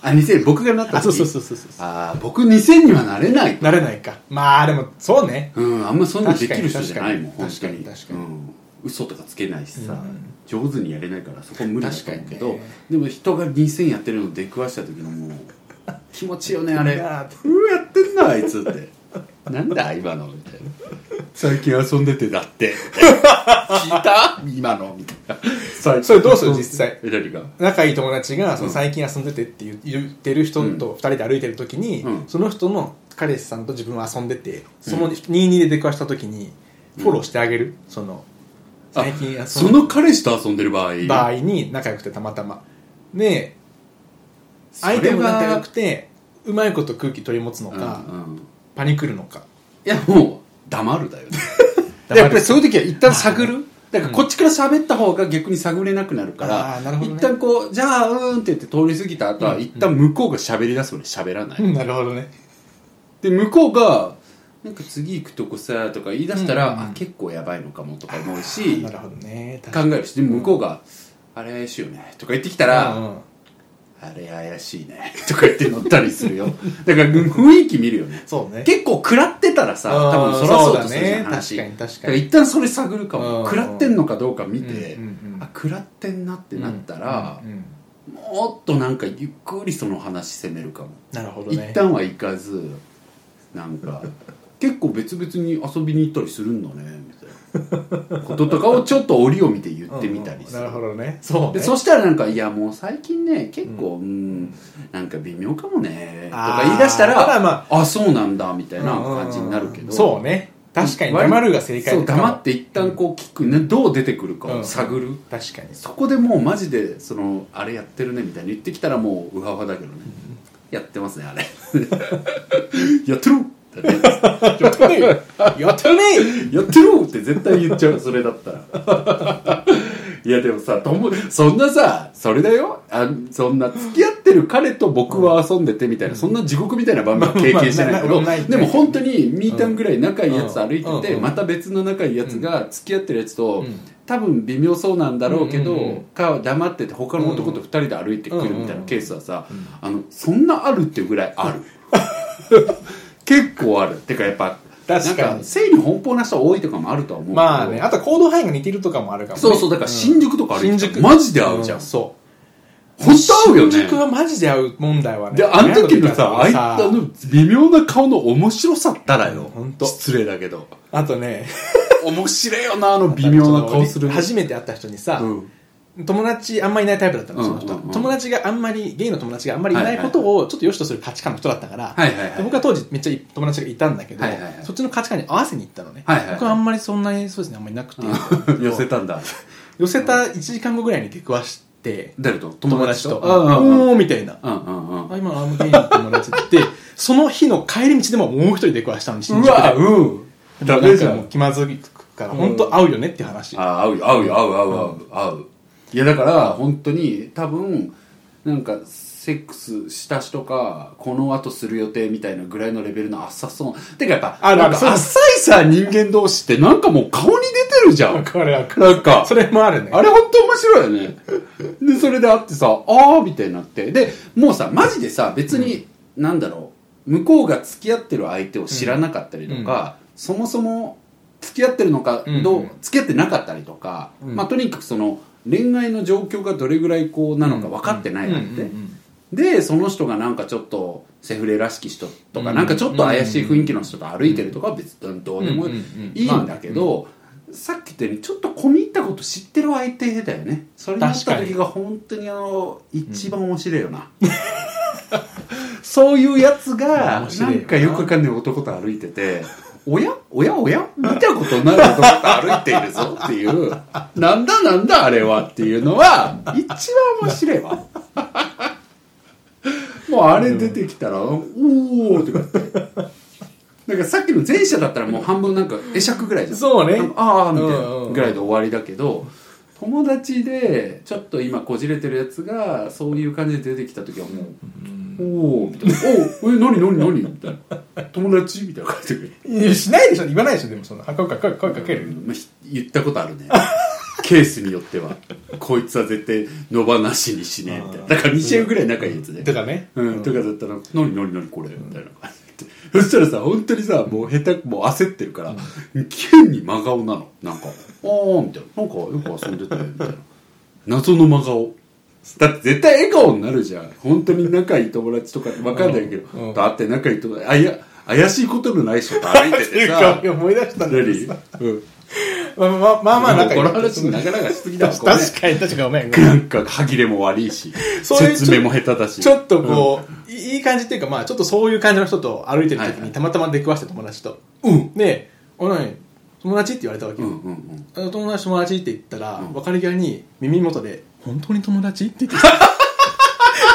Speaker 2: あ2000僕がなった時
Speaker 1: うそうそう。
Speaker 2: ああ僕2000にはなれない
Speaker 1: なれないか。まあでも、そうね。
Speaker 2: うん、あんまそんなできる人じゃないもん本
Speaker 1: 確
Speaker 2: 当
Speaker 1: か
Speaker 2: に
Speaker 1: に確かに
Speaker 2: うん、嘘とかつけないしさ、
Speaker 1: うん
Speaker 2: 上手にやれないからそこ無理だと思うけど、
Speaker 1: 確かにね
Speaker 2: でも人が2000やってるの出くわした時のもう気持ちよねあれう
Speaker 1: い
Speaker 2: わや
Speaker 1: や
Speaker 2: ってんなあいつって なんだ今のみたいな最近遊んでてだって聞いた今のみたいな最近
Speaker 1: それどうする実際
Speaker 2: え何が
Speaker 1: 仲いい友達が、その
Speaker 2: うん
Speaker 1: 最近遊んでてって言う言ってる人と二人で歩いてる時に、
Speaker 2: うん
Speaker 1: その人の彼氏さんと自分は遊んでて、その22で出くわした時に、フォローしてあげる、その、
Speaker 2: あ
Speaker 1: 最近遊んでて
Speaker 2: その彼氏と遊んでる場合
Speaker 1: 場合に仲良くてたまたまで
Speaker 2: それは
Speaker 1: 相手も仲良くてうまいこと空気取り持つのか、
Speaker 2: うんうん、い
Speaker 1: パニクるのか
Speaker 2: やもう黙るだよね
Speaker 1: 黙る
Speaker 2: やっぱりそういう時は一旦探るだからこっちから喋った方が逆に探れなくなるか
Speaker 1: あ
Speaker 2: ら、
Speaker 1: ーなるほどね
Speaker 2: 一旦こう「じゃあうーん」って言って通り過ぎた後は一旦向こうが喋り出すまで喋らない、
Speaker 1: なるほどね
Speaker 2: で向こうが「なんか次行くとこさ」とか言い出したら、
Speaker 1: うんうんうん
Speaker 2: あ結構やばいのかもとか思うし
Speaker 1: なるほどね
Speaker 2: 考えるしで向こうが「あれしようね」とか言ってきた、
Speaker 1: からうん
Speaker 2: あれ怪しいねとか言って乗ったりするよ だから雰囲気見るよね
Speaker 1: そうね
Speaker 2: 結構食らってたらさ
Speaker 1: あー
Speaker 2: 多分そらそうとするじゃん
Speaker 1: そうだね
Speaker 2: 話
Speaker 1: 確かに確かに
Speaker 2: だら一旦それ探るか
Speaker 1: うん
Speaker 2: も食らってんのかどうか見て、
Speaker 1: うんうんうん
Speaker 2: あ食らってんなってなったら
Speaker 1: う、んうん
Speaker 2: もっとなんかゆっくりその話攻めるかも、
Speaker 1: なるほど
Speaker 2: 一
Speaker 1: ね
Speaker 2: 旦は行かずなん か結構別々に遊びに行ったりするんだねみたいなこととかをちょっと折を見て言ってみたりする、
Speaker 1: うんうんなるほどねそう
Speaker 2: で
Speaker 1: ね
Speaker 2: そしたらなんか「いやもう最近ね結構うん、なんか微妙かもね」と
Speaker 1: あー
Speaker 2: か言い出したら「
Speaker 1: ただま
Speaker 2: あそうなんだ」みたいな感じになるけど、
Speaker 1: そうね確かに黙るが正解
Speaker 2: そう
Speaker 1: かも
Speaker 2: 黙って一旦こう聞く、ね、どう出てくるかを探る、
Speaker 1: 確かに
Speaker 2: そこでもうマジでそのあれやってるねみたいに言ってきたらもうウハウハだけどね、やってますねあれやってるってね
Speaker 1: やってねえやってね
Speaker 2: やってるって絶対言っちゃうそれだったら いやでもさともそんなさそれだよあそんな付き合ってる彼と僕は遊んでてみたいな、そんな地獄みたいな場面は経験してないけど、
Speaker 1: まあまあまあない
Speaker 2: でも本当にミータンぐらい仲いいやつと歩いて
Speaker 1: うん
Speaker 2: て、
Speaker 1: うん
Speaker 2: また別の仲いいやつが付き合ってるやつと、
Speaker 1: うん
Speaker 2: 多分微妙そうなんだろうけど、
Speaker 1: うんうんうん
Speaker 2: か黙ってて他の男と2人で歩いてくるみたいなケースはさ、あのそんなあるっていうぐらいある 結構あるてかやっぱ
Speaker 1: 確かに
Speaker 2: なんか性に奔放な人多いとかもあるとは思う けど
Speaker 1: まあねあと行動範囲が似てるとかもあるかもね
Speaker 2: そうそうだから新宿とかある
Speaker 1: 新宿
Speaker 2: マジで合うじゃん、
Speaker 1: うそう
Speaker 2: 本当合うよね
Speaker 1: 新宿はマジで合う問題はね
Speaker 2: であの時のさあいつ
Speaker 1: さ
Speaker 2: の微妙な顔の面白さったらよ
Speaker 1: ほんと
Speaker 2: 失礼だけ ど
Speaker 1: あとね
Speaker 2: 面白いよなあの微妙な顔する
Speaker 1: 俺初めて会った人にさ
Speaker 2: うん
Speaker 1: 友達あんまりいないタイプだったのその人
Speaker 2: うんうんうん
Speaker 1: 友達があんまりゲイの友達があんまりいないことをちょっと良しとする価値観の人だったから
Speaker 2: はいはいはい
Speaker 1: で僕は当時めっちゃ友達がいたんだけど
Speaker 2: はいはいはい
Speaker 1: そっちの価値観に合わせに行ったのね
Speaker 2: はいはいはい
Speaker 1: 僕はあんまりそんなにそうですねあんまりなくて
Speaker 2: 寄せたんだ
Speaker 1: 寄せた1時間後ぐらいに出くわして
Speaker 2: 誰と友
Speaker 1: 友達
Speaker 2: 達と
Speaker 1: と「おお」みたいな
Speaker 2: うんうんうん
Speaker 1: あ今のアームゲインの友達って その日の帰り道でももう一人出くわしたのに
Speaker 2: うわうん
Speaker 1: な
Speaker 2: ダ
Speaker 1: ん
Speaker 2: メじ
Speaker 1: か
Speaker 2: ゃ
Speaker 1: もうん気まずいから本当合うよねっていう話
Speaker 2: あ合うよ合うよ合う合う合う合ういやだから本当に多分なんかセックスした人かこの後する予定みたいなぐらいのレベルの浅そうてかやっぱ
Speaker 1: ある
Speaker 2: な
Speaker 1: ある
Speaker 2: んか浅いさ人間同士ってなんかもう顔に出てるじゃん
Speaker 1: かるわか
Speaker 2: なんか
Speaker 1: それもあるね
Speaker 2: あれ本当面白いよね。で、それで会ってさ、あーみたいになって。で、もうさ、マジでさ、別に、なんだろう、向こうが付き合ってる相手を知らなかったりとか、そもそも付き合ってるのか
Speaker 1: うん
Speaker 2: どう、付き合ってなかったりとか、
Speaker 1: うん
Speaker 2: まあとにかくその、恋愛の状況がどれぐらいこうなのか分かってないなんて。で、その人がなんかちょっと、セフレらしき人とか、
Speaker 1: うん
Speaker 2: なんかちょっと怪しい雰囲気の人と歩いてるとかは別にどうでも
Speaker 1: うんうんうん
Speaker 2: いいんだけど、さっき言ったようにちょっと込み入ったこと知ってる相手だよねそれになった時が本当にあの一番面白いよな、そういうやつが
Speaker 1: 面
Speaker 2: な
Speaker 1: 白いよなん
Speaker 2: かよくわかんない男と歩いてて「おやおやおや見たことない男と歩いているぞ」っていう「なんだなんだあれは」っていうのは一番面白いわもうあれ出てきたら「おお」とかってなんかさっきの前者だったらもう半分なんか会釈ぐらいじゃん
Speaker 1: そうね
Speaker 2: ああみたいな
Speaker 1: うんうんうん
Speaker 2: ぐらいで終わりだけど友達でちょっと今こじれてるやつがそういう感じで出てきた時はもう「おお」みたいな「おおえ何何何?」みたいな「友達?」みたいな感じで
Speaker 1: いやしないでしょ言わないでしょでもそんなあ声か声声かける
Speaker 2: まあひ言ったことあるねケースによってはこいつは絶対野放しにしねえみたいなだから2試合ぐらい仲いいやつね
Speaker 1: とかね
Speaker 2: うん、とかだったら「何何何これ」みたいな 感じでそしたらさ本当にさもう下手もう焦ってるから、急に真顔なのなんか「ああ」みたいな「なんかよく遊んでたよ」みたいな謎の真顔だって絶対笑顔になるじゃん本当に仲いい友達とかわかんないけ
Speaker 1: うんう
Speaker 2: ど
Speaker 1: ん
Speaker 2: だって仲いい友達あいや怪しいことのない人と歩いて
Speaker 1: ってい
Speaker 2: て
Speaker 1: うか
Speaker 2: さ
Speaker 1: いや思い出したんだけ
Speaker 2: 何
Speaker 1: どさ
Speaker 2: うん
Speaker 1: まあまあまあまあ
Speaker 2: もう
Speaker 1: 仲いい
Speaker 2: この話なかなかしすぎだわ
Speaker 1: 確かに確かにごめん
Speaker 2: ご
Speaker 1: ご
Speaker 2: めん
Speaker 1: め
Speaker 2: なんんか歯切れも悪いし
Speaker 1: そういう
Speaker 2: 説明も下手だし
Speaker 1: ちょっとこういいい感じっていうかまあちょっとそういう感じの人と歩いてる時
Speaker 2: はいは
Speaker 1: に
Speaker 2: い
Speaker 1: たまたま出くわして友達と
Speaker 2: うん
Speaker 1: で「おい友達?」って言われたわけ
Speaker 2: うんう
Speaker 1: よ
Speaker 2: んうん
Speaker 1: あの友達友達って言ったら、
Speaker 2: うん
Speaker 1: 別れ際に耳元で「本当に友達?」って言ってきたって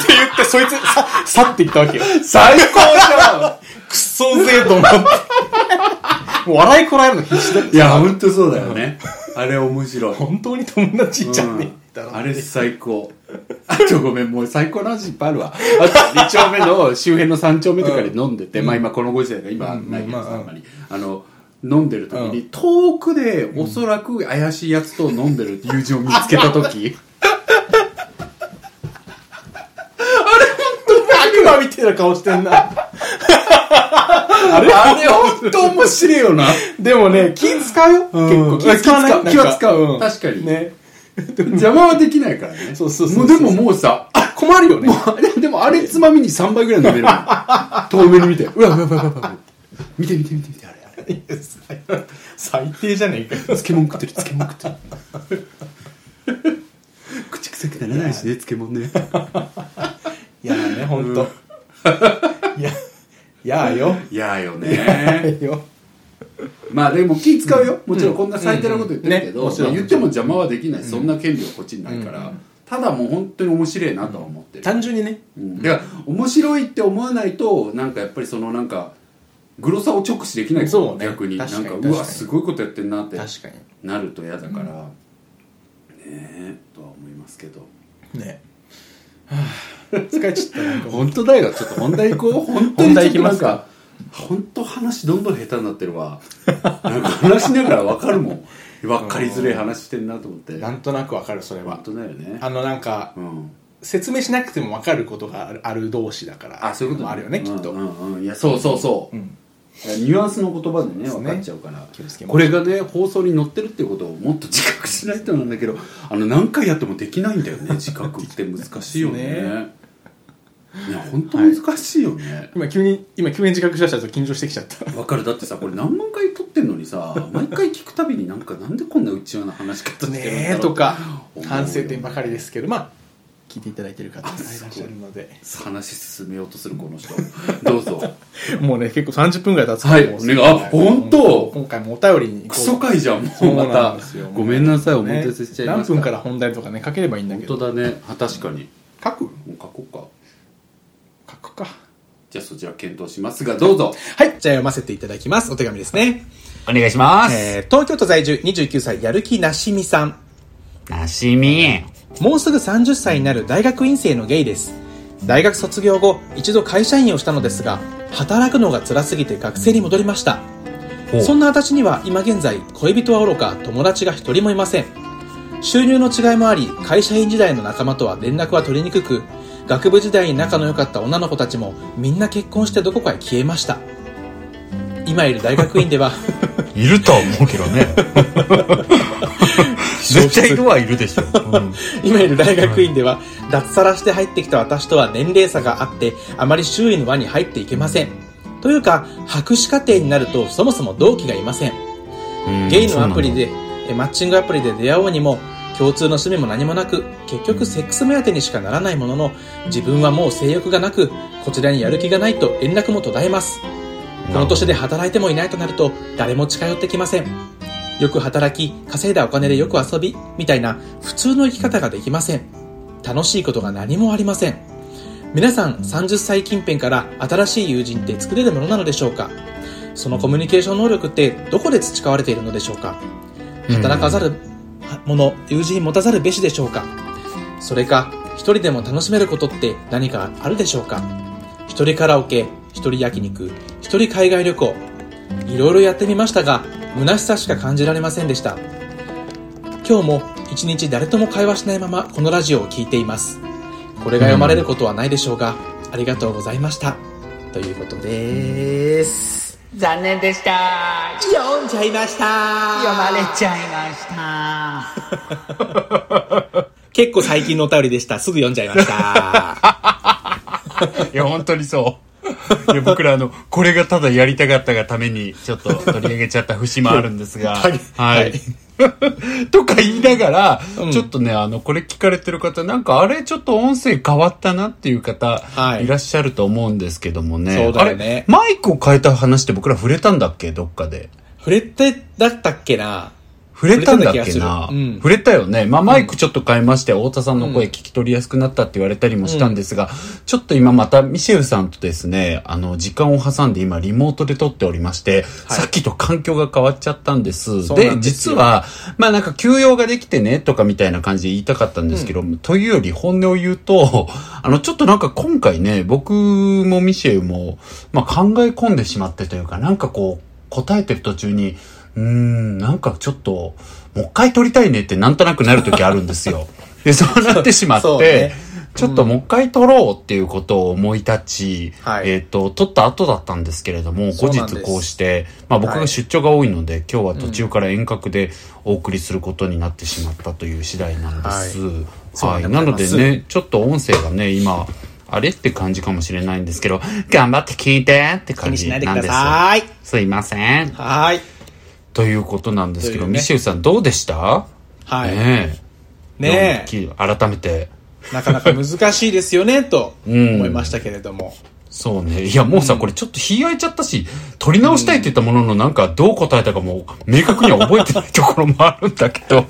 Speaker 1: 言ってそいつさ去っていったわけよ
Speaker 2: 最高じゃん
Speaker 1: クソぜえと思ってもう笑いこらえるの必死だ
Speaker 2: いや、本当そうだよね。あれ面白い。
Speaker 1: 本当に友達じゃねえだろ、
Speaker 2: あれ最高。あとごめん、もう最高の話いっぱいあるわ。あと2丁目の周辺の3丁目とかで飲んでて、まあ今このご時世だから今はないけど
Speaker 1: うん
Speaker 2: さ、
Speaker 1: うん
Speaker 2: あんまり。あの、飲んでる時に、遠くでおそらく怪しいやつと飲んでる友人を見つけた時、
Speaker 1: てる顔してんな。
Speaker 2: あれ本当面白いよな。
Speaker 1: でもね、気使うよ。
Speaker 2: うん
Speaker 1: 結構気使わない。
Speaker 2: 気は使う
Speaker 1: なん
Speaker 2: 確かに
Speaker 1: ね。
Speaker 2: 邪魔はできないからね。
Speaker 1: そうそうそう
Speaker 2: もうでももうさ、あ
Speaker 1: 困るよね。
Speaker 2: もうでもでもあれつまみに3倍ぐらい飲めるもん遠目に見て。うわうわうわうわうわ。見て見て見て見て、あれあれ。
Speaker 1: 最低じゃねえかよ。
Speaker 2: 漬物食ってる、漬物食ってる。口臭くならないしね、漬物ね。
Speaker 1: いやね、ほんと。いや、やーよ。
Speaker 2: いやよね。
Speaker 1: よ。
Speaker 2: まあでも気使うよ。もちろんこんな最低なこと言ってるけ
Speaker 1: うん
Speaker 2: ど、
Speaker 1: うんねもちろん
Speaker 2: まあ言っても邪魔はできない。そんな権利はこっちにないから。ただもう本当に面白いなとは思ってる。
Speaker 1: 単純にね。
Speaker 2: うんだから面白いって思わないとなんかやっぱりそのなんかグロさを直視できないから
Speaker 1: そうね
Speaker 2: 逆になん
Speaker 1: 確
Speaker 2: か
Speaker 1: かに確か
Speaker 2: う
Speaker 1: に
Speaker 2: わすごいことやってんなって
Speaker 1: 確か
Speaker 2: なると嫌だから、ねえとは思いますけど
Speaker 1: に。ね。はぁ、疲れちゃったなんかもう。
Speaker 2: 本当だよちょっと本題行こう 本当
Speaker 1: 本
Speaker 2: にちょ
Speaker 1: 題
Speaker 2: っ
Speaker 1: 行
Speaker 2: と
Speaker 1: き
Speaker 2: な
Speaker 1: ま
Speaker 2: ん
Speaker 1: す
Speaker 2: か
Speaker 1: か
Speaker 2: 本当話どんどん下手になってるわ なんか話しながら分かるもん分かりづらい話してんなと思って
Speaker 1: なんとなくわかる、それ
Speaker 2: 本
Speaker 1: は。
Speaker 2: 当だよね
Speaker 1: あの、なんか、
Speaker 2: うん
Speaker 1: 説明しなくても分かることがあるある同士だから
Speaker 2: あそういうこと
Speaker 1: もあるよね、きっと、
Speaker 2: うんうんうんいやそうそうそう、
Speaker 1: うん
Speaker 2: ニュアンスの言葉でね
Speaker 1: す
Speaker 2: 分
Speaker 1: ね
Speaker 2: かっちゃうから、
Speaker 1: 気をつけましょう
Speaker 2: これがね放送に載ってるっていうことをもっと自覚しないとなんだけどあの何回やってもできないんだよ ね自覚って難しいよね
Speaker 1: で
Speaker 2: いや本当難しいよね、
Speaker 1: 今急に今急に自覚しだしたと緊張してきちゃった
Speaker 2: わかるだってさこれ何万回撮ってんのにさ毎回聞くたびになんかなんでこんな内輪な話し方してるんだろう
Speaker 1: ねえとか
Speaker 2: 思うよ
Speaker 1: 反省点ばかりですけどまあ聞いていただいてる方がいらっしゃるので
Speaker 2: 話進めようとするこの人どう ぞ
Speaker 1: もうね結構30分ぐらい経つか
Speaker 2: はい
Speaker 1: もう
Speaker 2: お願いあ本当
Speaker 1: 今回もお便りに行こう
Speaker 2: クソ回じゃんも
Speaker 1: そうう
Speaker 2: ま
Speaker 1: なん
Speaker 2: た
Speaker 1: ですよ
Speaker 2: ごめんなさいお待
Speaker 1: ね
Speaker 2: たせしちゃいました
Speaker 1: 何分から本題とかね書ければいいんだ
Speaker 2: 本
Speaker 1: け
Speaker 2: 当
Speaker 1: ど
Speaker 2: だねあ確かに
Speaker 1: 書く
Speaker 2: もう書こうか
Speaker 1: 書くか
Speaker 2: じゃあそちら検討しますがどうぞ
Speaker 1: はいじゃあ読ませていただきますお手紙ですね、
Speaker 3: お願いしま
Speaker 1: えー、東京都在住29歳やる気なしみさん
Speaker 3: なしみ。
Speaker 1: もうすぐ30歳になる大学院生のゲイです。大学卒業後、一度会社員をしたのですが、働くのが辛すぎて学生に戻りました。そんな私には今現在、恋人はおろか友達が一人もいません。収入の違いもあり、会社員時代の仲間とは連絡は取りにくく、学部時代に仲の良かった女の子たちもみんな結婚してどこかへ消えました。今いる大学院では、
Speaker 3: いるとは思うけど ね。絶対いるはいるでしょ。うん
Speaker 1: 今いる大学院では脱サラして入ってきた私とは年齢差があってあまり周囲の輪に入っていけませんというか博士課程になるとそもそも同期がいませんゲイのアプリ。でえマッチングアプリで出会おうにも共通の趣味も何もなく結局セックス目当てにしかならないものの自分はもう性欲がなくこちらにやる気がないと連絡も途絶えますこの年で働いてもいないとなると誰も近寄ってきませんよく働き稼いだお金でよく遊びみたいな普通の生き方ができません楽しいことが何もありません皆さん30歳近辺から新しい友人って作れるものなのでしょうかそのコミュニケーション能力ってどこで培われているのでしょうか
Speaker 3: うん
Speaker 1: 働かざるもの友人持たざるべしでしょうかそれか一人でも楽しめることって何かあるでしょうか一人カラオケ一人焼肉一人海外旅行いろいろやってみましたが虚しさしか感じられませんでした今日も一日誰とも会話しないままこのラジオを聞いていますこれが読まれることはないでしょうが、ありがとうございましたということです
Speaker 4: 残念でした。
Speaker 1: 読んじゃいました
Speaker 4: 読まれちゃいました。
Speaker 1: 結構最近のお便りでした。すぐ読んじゃいま した。
Speaker 3: いや、本当にそう。いや、僕らあの、これがただやりたかったがために、ちょっと取り上げちゃった節もあるんですが。
Speaker 1: はい
Speaker 3: は
Speaker 1: はいい。
Speaker 3: とか言いながら、
Speaker 1: うん
Speaker 3: ちょっとね、あの、これ聞かれてる方、なんかあれ、ちょっと音声変わったなっていう方、、
Speaker 1: はいい
Speaker 3: らっしゃると思うんですけどもね。
Speaker 1: そうだよね
Speaker 3: あれマイクを変えた話って僕ら触れたんだっけどっかで。
Speaker 1: 触れてだったっけな
Speaker 3: 触れたんだっ
Speaker 1: 触れたんだ気
Speaker 3: けな
Speaker 1: がするうん
Speaker 3: 触れたよね。まあ、マイクちょっと変えまして、太田さんの声聞き取りやすくなったって言われたりもしたんですが、ちょっと今またミシェルさんとですね、あの、時間を挟んで今リモートで撮っておりまし
Speaker 1: は
Speaker 3: て、
Speaker 1: い
Speaker 3: さっきと環境が変わっちゃったんです。
Speaker 1: そう
Speaker 3: で
Speaker 1: なんです
Speaker 3: 実
Speaker 1: よ
Speaker 3: は、まあなんか休養ができてねとかみたいな感じで言いたかったんですけど、というより本音を言うと、あの、ちょっとなんか今回ね、僕もミシェルも、まあ考え込んでしまってというか、なんかこう、答えてる途中に、うーん、なんかちょっと、も う一回撮りたいねってなんとなくなる時あるんですよ。で、そうなってしまっ
Speaker 1: そう
Speaker 3: て
Speaker 1: ね、
Speaker 3: ちょっともう一回撮ろうっていうことを思い立ち、
Speaker 1: はい
Speaker 3: えっ、と、撮った後だったんですけれども、
Speaker 1: そ
Speaker 3: 後
Speaker 1: うなん
Speaker 3: 日
Speaker 1: です
Speaker 3: こうして、まあ僕
Speaker 1: は
Speaker 3: が
Speaker 1: い
Speaker 3: 出張が多いので、今日は途中から遠隔でお送りすることになってしまったという次第なんです。
Speaker 1: はそう
Speaker 3: は
Speaker 1: なん
Speaker 3: い。
Speaker 1: でござ
Speaker 3: ない
Speaker 1: ます
Speaker 3: のでね、ちょっと音声がね、今、あれって感じかもしれないんですけど、 頑張って聞いてって
Speaker 1: 気
Speaker 3: 感
Speaker 1: にし
Speaker 3: じ
Speaker 1: ないで
Speaker 3: なん
Speaker 1: くだ
Speaker 3: です。
Speaker 1: さい。
Speaker 3: すいません。
Speaker 1: はーい。
Speaker 3: ということなんですけ
Speaker 1: とい
Speaker 3: ど、
Speaker 1: うね
Speaker 3: ミシューさんどうでした
Speaker 1: はい。
Speaker 3: ねえ。
Speaker 1: ねえ、
Speaker 3: 読む時改めて。
Speaker 1: なかなか難しいですよね、と
Speaker 3: ん
Speaker 1: 思いましたけれども。
Speaker 3: そうね。いや、もうさ、これちょっと日焼いちゃったし、撮り直したいって言ったものの、なんかどう答えたかもう明確には覚えてないところもあるんだけど。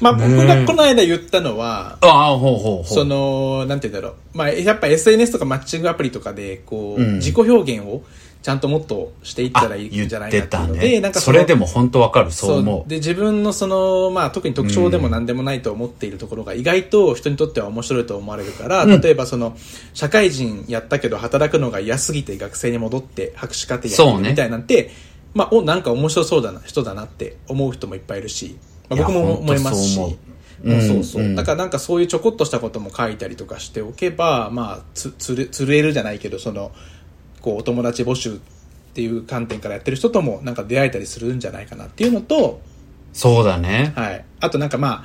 Speaker 1: まあ、僕
Speaker 3: ね
Speaker 1: が
Speaker 3: え
Speaker 1: この間言ったのは、
Speaker 3: ああ、ほうほうほう。
Speaker 1: その、なんて言うんだろう。まあ、やっぱ SNS とかマッチングアプリとかで、こう、
Speaker 3: うん
Speaker 1: 自己表現をちゃんともっとしていっ
Speaker 3: あ、
Speaker 1: たらいいんじゃないか
Speaker 3: 言
Speaker 1: っ
Speaker 3: って
Speaker 1: てい
Speaker 3: た
Speaker 1: うので、
Speaker 3: ね。
Speaker 1: なんか
Speaker 3: そ
Speaker 1: の
Speaker 3: れでも本当わかる、そう思う。
Speaker 1: で、自分のその、まあ、特に特徴でも何でもないと思っているところが、意外と人にとっては面白いと思われるから、例えばその、社会人やったけど働くのが嫌すぎて学生に戻って博士課程や
Speaker 3: そう
Speaker 1: って
Speaker 3: ね
Speaker 1: るみたいなんて、まあ、お、なんか面白そうだな、人だなって思う人もいっぱいいるし、まあ、
Speaker 3: いや
Speaker 1: 僕も思いますし。
Speaker 3: ほんとそう
Speaker 1: う
Speaker 3: 思うんうん
Speaker 1: そうそうう。
Speaker 3: ん
Speaker 1: だからなんかそういうちょこっとしたことも書いたりとかしておけば、まあ、つ、つれ、つれるじゃないけど、その、こう、お友達募集っていう観点からやってる人ともなんか出会えたりするんじゃないかなっていうのと、
Speaker 3: そうだね。
Speaker 1: はい。あとなんかまあ、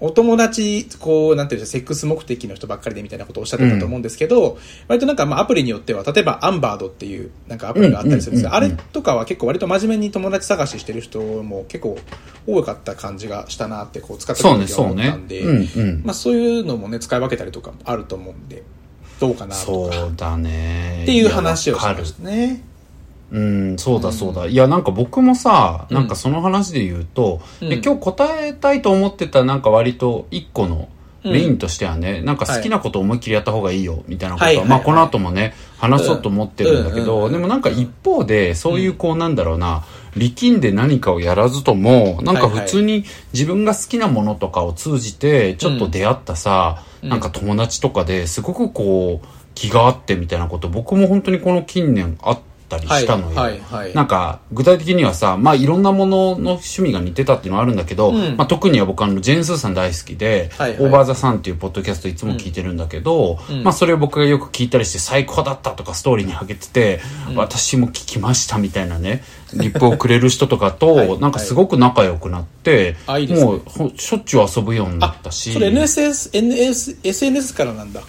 Speaker 1: お友達、こう、なんていうんでしょう、セックス目的の人ばっかりでみたいなことをおっしゃってたと思うんですけど、割となんかまあアプリによっては、例えばアンバードっていうなんかアプリがあったりするんですが、
Speaker 3: うんうんうんうん
Speaker 1: あれとかは結構割と真面目に友達探ししてる人も結構多かった感じがしたなって、こう使って
Speaker 3: そうね、
Speaker 1: 時は
Speaker 3: そう
Speaker 1: 思った
Speaker 3: ね
Speaker 1: ん。で、
Speaker 3: うんうん。
Speaker 1: まあそういうのもね、使い分けたりとかもあると思うんで、どうかなと
Speaker 3: そ
Speaker 1: か、
Speaker 3: うだね。
Speaker 1: っていう話をし
Speaker 3: やわ
Speaker 1: ま
Speaker 3: かる
Speaker 1: したね。
Speaker 3: うん、そうだそうだ。いや、なんか僕もさ、なんかその話で言うと、
Speaker 1: うん
Speaker 3: で今日答えたいと思ってたなんか割と一個の
Speaker 1: うん
Speaker 3: メインとしてはね、なんか好きなこと思いっきりやった方がいいよ、みたいなことは、
Speaker 1: はいはい
Speaker 3: まあ
Speaker 1: はい
Speaker 3: この後もね、話そうと思ってるんだけ
Speaker 1: うんうん
Speaker 3: ど、
Speaker 1: うん
Speaker 3: でもなんか一方で、そういうこうなんだろうな、力んで何かをやらずとも、なんか
Speaker 1: はいはい
Speaker 3: 普通に自分が好きなものとかを通じて、ちょっと出会ったさ、
Speaker 1: うん
Speaker 3: なんか友達とかですごくこう、気があってみたいなこと、僕も本当にこの近年あったりしたのよ。
Speaker 1: はい、はい、はい。
Speaker 3: なんか、具体的にはさ、まあ、いろんなものの趣味が似てたっていうのはあるんだけど、
Speaker 1: うん
Speaker 3: まあ、特には僕あの、ジェーンスーさん大好きで、
Speaker 1: はいはい
Speaker 3: オーバーザさんっていうポッドキャストいつも聞いてるんだけど、
Speaker 1: うん
Speaker 3: まあ、それを僕がよく聞いたりして、最高だったとかストーリーにあげてて、私も聞きましたみたいなね、 リップをくれる人とかと、
Speaker 1: はい
Speaker 3: なんかすごく仲良くなって、
Speaker 1: あいいですね
Speaker 3: もうほ、しょっちゅう遊ぶようになったし、
Speaker 1: それ NSS、NS、SNS からなんだ。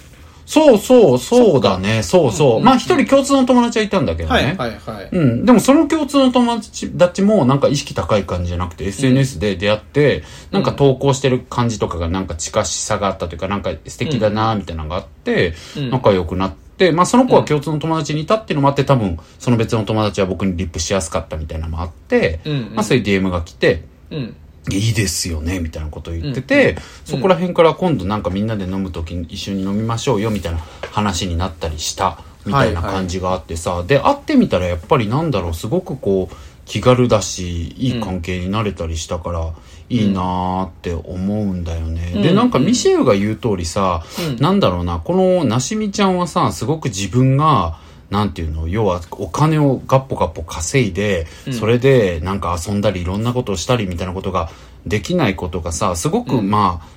Speaker 3: そうそう、そうだね、そうそう。まあ、一人共通の友達はいたんだけどね。
Speaker 1: はい、はい、はい。
Speaker 3: うん。でもその共通の友達たちもなんか意識高い感じじゃなくて SNS で出会って、なんか投稿してる感じとかがなんか近しさがあったというかなんか素敵だなみたいなのがあって、
Speaker 1: ん
Speaker 3: 仲良くなって、まあその子は共通の友達にいたっていうのもあって多分その別の友達は僕にリップしやすかったみたいなのもあって、
Speaker 1: うんうん
Speaker 3: まあそういう DM が来て、
Speaker 1: うん。
Speaker 3: いいですよねみたいなことを言ってて、そこら辺から今度なんかみんなで飲む時に一緒に飲みましょうよみたいな話になったりしたみたいな感じがあってさ、で会ってみたらやっぱりなんだろうすごくこう気軽だしいい関係になれたりしたから、いいなーって思うんだよね、でなんかミシェルが言う通りさ、なんだろうなこのなしみちゃんはさすごく自分がなんていうの要はお金をガッポガッポ稼いで、それでなんか遊んだりいろんなことをしたりみたいなことができないことがさすごくまあ、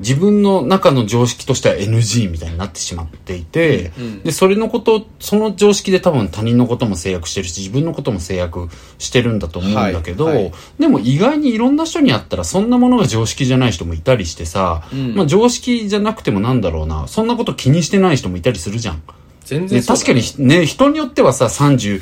Speaker 3: 自分の中の常識としては NG みたいになってしまっていて、でそれのことその常識で多分他人のことも制約してるし自分のことも制約してるんだと思うんだけど、
Speaker 1: はいはい
Speaker 3: でも意外にいろんな人に会ったらそんなものが常識じゃない人もいたりしてさ、
Speaker 1: ん
Speaker 3: まあ、常識じゃなくてもなんだろうなそんなこと気にしてない人もいたりするじゃん。
Speaker 1: 全然
Speaker 3: ね、
Speaker 1: そう
Speaker 3: 確
Speaker 1: だ
Speaker 3: かにね、人によってはさ、30、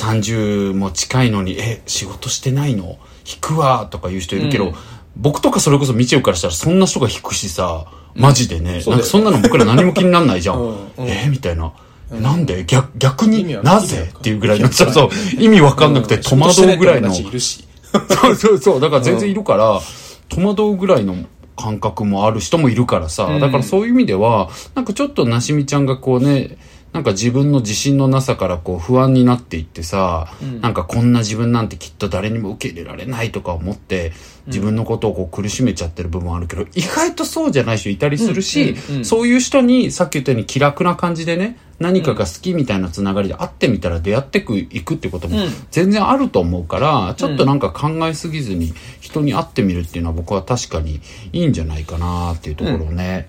Speaker 3: 30も近いのに、え、仕事してないの引くわ、とか言う人いるけ
Speaker 1: う
Speaker 3: ど、
Speaker 1: ん
Speaker 3: 僕とかそれこそ道夫からしたらそんな人が引くしさ、マジでね、
Speaker 1: そう
Speaker 3: な
Speaker 1: だよね
Speaker 3: んかそんなの僕ら何も気になんないじゃん。
Speaker 1: うんうん
Speaker 3: えみたいな。なんで逆逆
Speaker 1: 意味
Speaker 3: に
Speaker 1: わかん
Speaker 3: な
Speaker 1: 意味わ
Speaker 3: ぜ
Speaker 1: かん
Speaker 3: っていうぐらいの、そうそう、意味わかんなくて戸惑うぐらいの。
Speaker 1: 仕事してな友達いるし
Speaker 3: そうそうそう。だから全然いるから、戸惑うぐらいの感覚もある人もいるからさ、
Speaker 1: うん
Speaker 3: だからそういう意味では、なんかちょっとなしみちゃんがこうね、なんか自分の自信のなさからこう不安になっていってさ、なんかこんな自分なんてきっと誰にも受け入れられないとか思って、自分のことをこう苦しめちゃってる部分もあるけど、意外とそうじゃない人いたりするし、
Speaker 1: うんうんうん
Speaker 3: そういう人にさっき言ったように気楽な感じでね、何かが好きみたいなつながりで会ってみたら出会ってく、いくってことも
Speaker 1: うん
Speaker 3: 全然あると思うから、ちょっとなんか考えすぎずに人に会ってみるっていうのは僕は確かにいいんじゃないかなっていうところをね、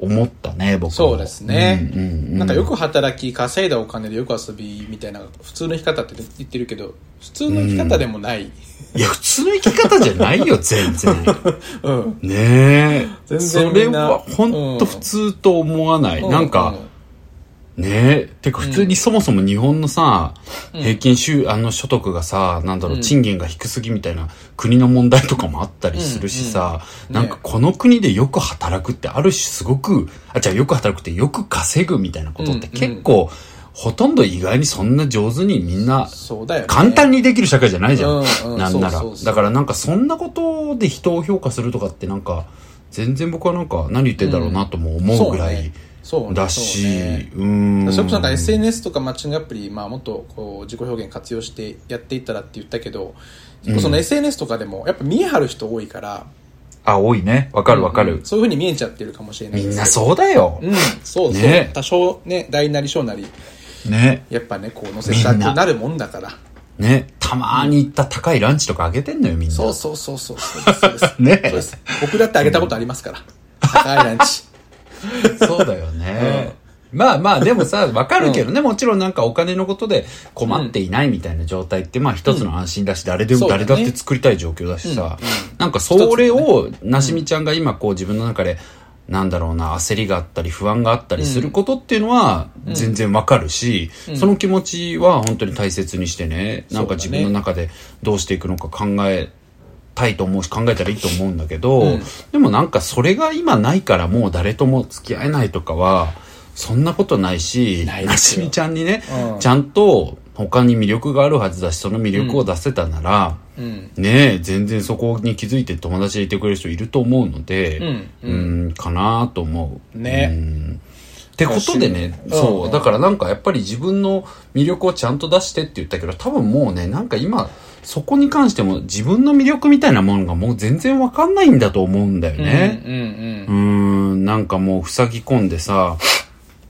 Speaker 3: 思ったね、僕も
Speaker 1: そうですね、
Speaker 3: うんうんうん
Speaker 1: なんかよく働き、稼いだお金でよく遊びみたいな、普通の生き方って言ってるけど、普通の生き方でもない。
Speaker 3: いや、普通の生き方じゃないよ、全然。
Speaker 1: うん。
Speaker 3: ねえ。
Speaker 1: 全
Speaker 3: そ
Speaker 1: 然
Speaker 3: れ
Speaker 1: みんな
Speaker 3: は本当普通と思わない。
Speaker 1: うん
Speaker 3: なんか、ねえ。てか普通にそもそも日本のさ、平均収、あの所得がさ、なんだろう、
Speaker 1: うん
Speaker 3: 賃金が低すぎみたいな国の問題とかもあったりするしさ、
Speaker 1: うん
Speaker 3: なんかこの国でよく働くってある種すごく、あ、じゃあよく働くってよく稼ぐみたいなことって
Speaker 1: うんうん
Speaker 3: 結構、ほとんど意外にそんな上手にみんな
Speaker 1: そうだよね。
Speaker 3: 簡単にできる社会じゃないじゃん。
Speaker 1: うんうん
Speaker 3: なんなら
Speaker 1: そうそうそう
Speaker 3: だからなんかそんなことで人を評価するとかってなんか、全然僕はなんか何言ってんだろうなとも思うぐらい
Speaker 1: そうねそうね
Speaker 3: だし、
Speaker 1: そう
Speaker 3: う
Speaker 1: ね
Speaker 3: ーん。
Speaker 1: それこそなんか SNS とかマッチングアプリ、まあ、もっとこう自己表現活用してやっていったらって言ったけど、その SNS とかでもやっぱ見え張る人多いから
Speaker 3: あ、多いね。わかるわかる、
Speaker 1: うんそういうふうに見えちゃってるかもしれない
Speaker 3: みんな
Speaker 1: う
Speaker 3: そうだよ。
Speaker 1: うんそうそう、
Speaker 3: ね
Speaker 1: 多少ね大なり小なり
Speaker 3: ね。
Speaker 1: やっぱねこう載せたくなるもんだから
Speaker 3: ね。たまに行った高いランチとかあげてんのよ、みんな。
Speaker 1: そうそうそうそうそうですそうです
Speaker 3: ね
Speaker 1: そうです僕だってあげたことありますから高いランチ
Speaker 3: そうだよね。まあまあ、でもさ、わかるけどね、もちろんなんかお金のことで困っていないみたいな状態って、まあ一つの安心だし、誰で
Speaker 1: そ
Speaker 3: も
Speaker 1: うだね
Speaker 3: 誰だって作りたい状況だしさ、なんかそれを、なしみちゃんが今こう自分の中で、なんだろうな、焦りがあったり不安があったりすることっていうのは全然わかるし、その気持ちは本当に大切にしてね、なんか自分の中でどうしていくのか考えたいと思うし考えたらいいと思うんだけど、でもなんかそれが今ないからもう誰とも付き合えないとかはそんなことないし
Speaker 1: ないで
Speaker 3: な
Speaker 1: す
Speaker 3: し
Speaker 1: よ
Speaker 3: みちゃんにね、
Speaker 1: うん
Speaker 3: ちゃんと他に魅力があるはずだしその魅力を出せたなら、
Speaker 1: うん
Speaker 3: ねえ全然そこに気づいて友達でいてくれる人いると思うので、
Speaker 1: う
Speaker 3: うんかなと思う。
Speaker 1: ね
Speaker 3: うんってことでね、
Speaker 1: うん
Speaker 3: そう、
Speaker 1: うん
Speaker 3: だからなんかやっぱり自分の魅力をちゃんと出してって言ったけど、多分もうね、なんか今、そこに関しても自分の魅力みたいなものがもう全然わかんないんだと思うんだよね。
Speaker 1: うんうんうん
Speaker 3: うーん、んなんかもう塞ぎ込んでさ、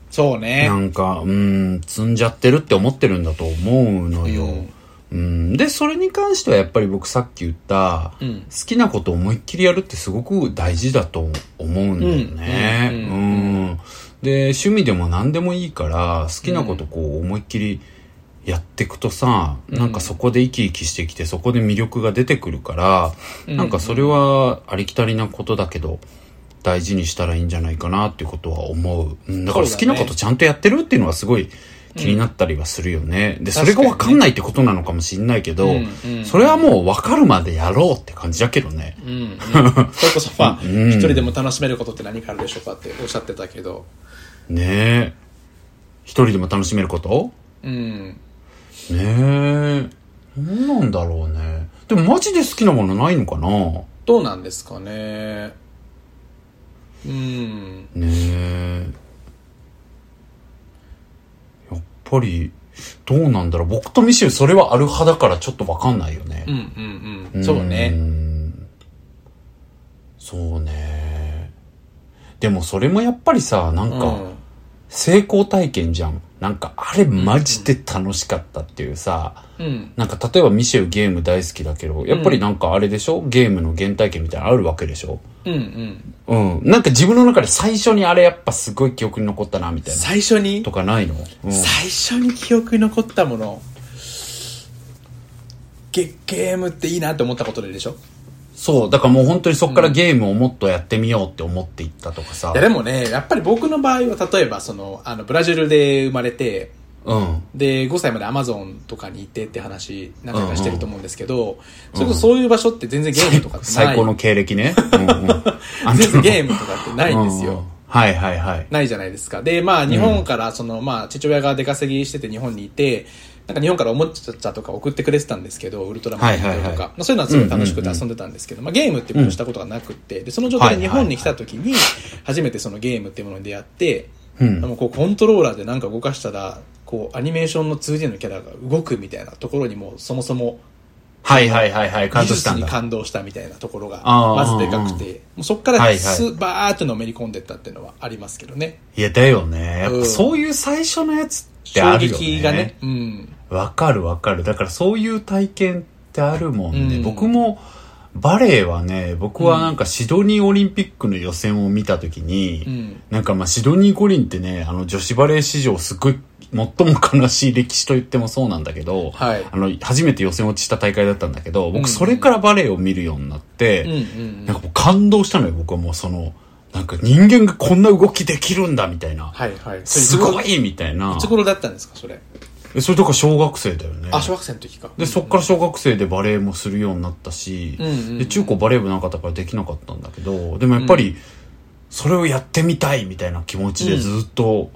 Speaker 1: そうね
Speaker 3: なんか、うん、積んじゃってるって思ってるんだと思うのよ。うん、で、それに関してはやっぱり僕さっき言った、
Speaker 1: うん
Speaker 3: 好きなことを思いっきりやるってすごく大事だと思うんだよね。
Speaker 1: う
Speaker 3: うんん。
Speaker 1: う
Speaker 3: で、趣味でも何でもいいから、好きなことこう思いっきりやっていくとさ、なんかそこで生き生きしてきて、そこで魅力が出てくるから、なんかそれはありきたりなことだけど、大事にしたらいいんじゃないかなっていうことは思う。うんだから
Speaker 1: そう
Speaker 3: 好
Speaker 1: だね
Speaker 3: きなことちゃんとやってるっていうのはすごい気になったりはするよね。で、それがわかんないってことなのかもしれないけど、
Speaker 1: うんうん
Speaker 3: それはもうわかるまでやろうって感じだけどね。
Speaker 1: うんうんそれこそ、まあ、一人でも楽しめることって何かあるでしょうかっておっしゃってたけど、
Speaker 3: ねえ。一人でも楽しめること
Speaker 1: うん。
Speaker 3: ねえ。何なんだろうね。でもマジで好きなものないのかな
Speaker 1: どうなんですかね。うん。
Speaker 3: ねえ。やっぱり、どうなんだろう。僕とミシェルそれはある派だからちょっとわかんないよね
Speaker 1: うんう。んうん。そうね。
Speaker 3: んそうね。でもそれもやっぱりさ、なん
Speaker 1: う
Speaker 3: か、
Speaker 1: ん。
Speaker 3: 成功体験じゃん。なんか、あれマジで楽しかったっていうさ、
Speaker 1: うん。
Speaker 3: なんか例えばミシェルゲーム大好きだけど、やっぱりなんかあれでしょ、ゲームの原体験みたいなのあるわけでしょ
Speaker 1: うんうん。
Speaker 3: うん。なんか自分の中で最初にあれやっぱすごい記憶に残ったな、みたいな。
Speaker 1: 最初に
Speaker 3: と、かないの、うん、
Speaker 1: 最初に記憶に残ったもの、ゲ、ゲームっていいなって思ったことででしょ
Speaker 3: そう。だからもう本当にそこからゲームをもっとやってみようって思っていったとかさ
Speaker 1: い。やでもね、やっぱり僕の場合は、例えば、その、あの、ブラジルで生まれて、
Speaker 3: うん。
Speaker 1: で、5歳までアマゾンとかに行ってって話、何回かしてると思うんですけど、それこそそういう場所って全然ゲームとかってない。
Speaker 3: 最高の経歴ね。 うんうん。あん
Speaker 1: 全
Speaker 3: た
Speaker 1: 然
Speaker 3: の
Speaker 1: ゲームとかってないんです
Speaker 3: うう
Speaker 1: よ
Speaker 3: う。はいはいはい。
Speaker 1: ないじゃないですか。で、まあ、日本から、その、まあ、父親が出稼ぎしてて日本にいて、なんか日本からおもちゃとか送ってくれてたんですけど、ウルトラマンとか、
Speaker 3: はいはいはい
Speaker 1: まあそういうのはすごい楽しくて遊んでたんですけど、まあゲームっていうものをしたことがなくって、で、その状態で日本に来た時に、初めてそのゲームっていうものに出会って、
Speaker 3: うん
Speaker 1: でもこうコントローラーでなんか動かしたら、こうアニメーションの 2D のキャラが動くみたいなところにも、そもそも
Speaker 3: はいはいはいはい。感
Speaker 1: 技
Speaker 3: 動し
Speaker 1: 術
Speaker 3: たん
Speaker 1: に
Speaker 3: だ。
Speaker 1: 感動したみたいなところが、
Speaker 3: あー
Speaker 1: まずでかくて、もうそこか
Speaker 3: はい
Speaker 1: ら
Speaker 3: はい
Speaker 1: す、バーってのめり込んでったっていうのはありますけどね。
Speaker 3: いや、だよね。やっ
Speaker 1: うん
Speaker 3: ぱそういう最初のやつって
Speaker 1: 衝
Speaker 3: あるよね。
Speaker 1: 撃がね。。うん。
Speaker 3: わかるわかる。だからそういう体験ってあるもんね。
Speaker 1: うん
Speaker 3: 僕も、バレエはね、僕はなんかシドニーオリンピックの予選を見たときに、
Speaker 1: うん
Speaker 3: なんかまあシドニー五輪ってね、あの女子バレー史上すっごい最も悲しい歴史と言ってもそうなんだけど、
Speaker 1: はい
Speaker 3: あの、初めて予選落ちした大会だったんだけど、
Speaker 1: うん
Speaker 3: 僕それからバレエを見るようになって、
Speaker 1: うんうん
Speaker 3: なんかもう感動したのよ、僕はもうその、なんか人間がこんな動きできるんだみたいな。
Speaker 1: はいはい
Speaker 3: す
Speaker 1: い
Speaker 3: ご
Speaker 1: い
Speaker 3: いみたいな。
Speaker 1: つ頃だったんですかそれ
Speaker 3: えそれとか小学生だよね。
Speaker 1: あ小学生の時か
Speaker 3: で、そっから小学生でバレエもするようになったし、
Speaker 1: うんうん
Speaker 3: で中高バレー部なかったからできなかったんだけど、でもやっぱり、それをやってみたいみたいな気持ちでずっと、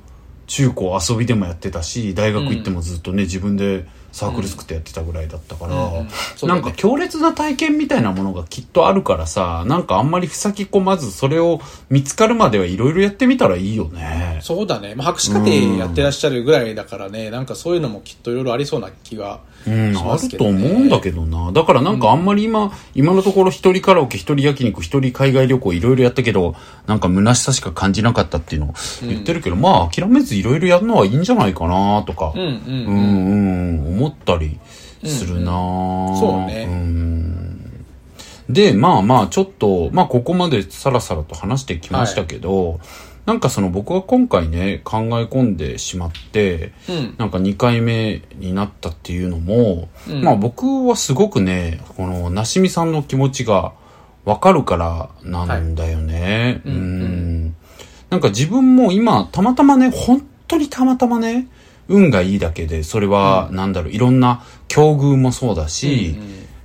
Speaker 3: 中高遊びでもやってたし、大学行ってもずっとね、自分でサークル作ってやってたぐらいだったから、
Speaker 1: うんうんそうだ
Speaker 3: な
Speaker 1: ね
Speaker 3: んか強烈な体験みたいなものがきっとあるからさ、なんかあんまりふさきこまずそれを見つかるまではいろいろやってみたらいいよね。
Speaker 1: そうだね、まあ、博士課程やってらっしゃるぐらいだからね、なんかそういうのもきっといろいろありそうな気がし
Speaker 3: うん、あ
Speaker 1: ま
Speaker 3: る
Speaker 1: すけ
Speaker 3: と
Speaker 1: ど、
Speaker 3: 思
Speaker 1: ね
Speaker 3: うんだけどな。だからなんかあんまり今、今のところ一人カラオケ、一人焼肉、一人海外旅行いろいろやったけど、なんか虚しさしか感じなかったっていうのを言ってるけど、まあ諦めずいろいろやるのはいいんじゃないかなとか、
Speaker 1: うんうんう
Speaker 3: う
Speaker 1: ん、
Speaker 3: んうん、思ったりするな、
Speaker 1: そうね
Speaker 3: んで、まあまあちょっと、まあここまでさらさらと話してきましたけど、なんかその僕は今回ね、考え込んでしまって、
Speaker 1: うん
Speaker 3: なんか2回目になったっていうのも、
Speaker 1: うん
Speaker 3: まあ僕はすごくね、この、なしみさんの気持ちがわかるからなんだよね。
Speaker 1: はいうん
Speaker 3: うんなんか自分も今、たまたまね、本当にたまたまね、運がいいだけで、それは、なんだろう、いろんな境遇もそうだし、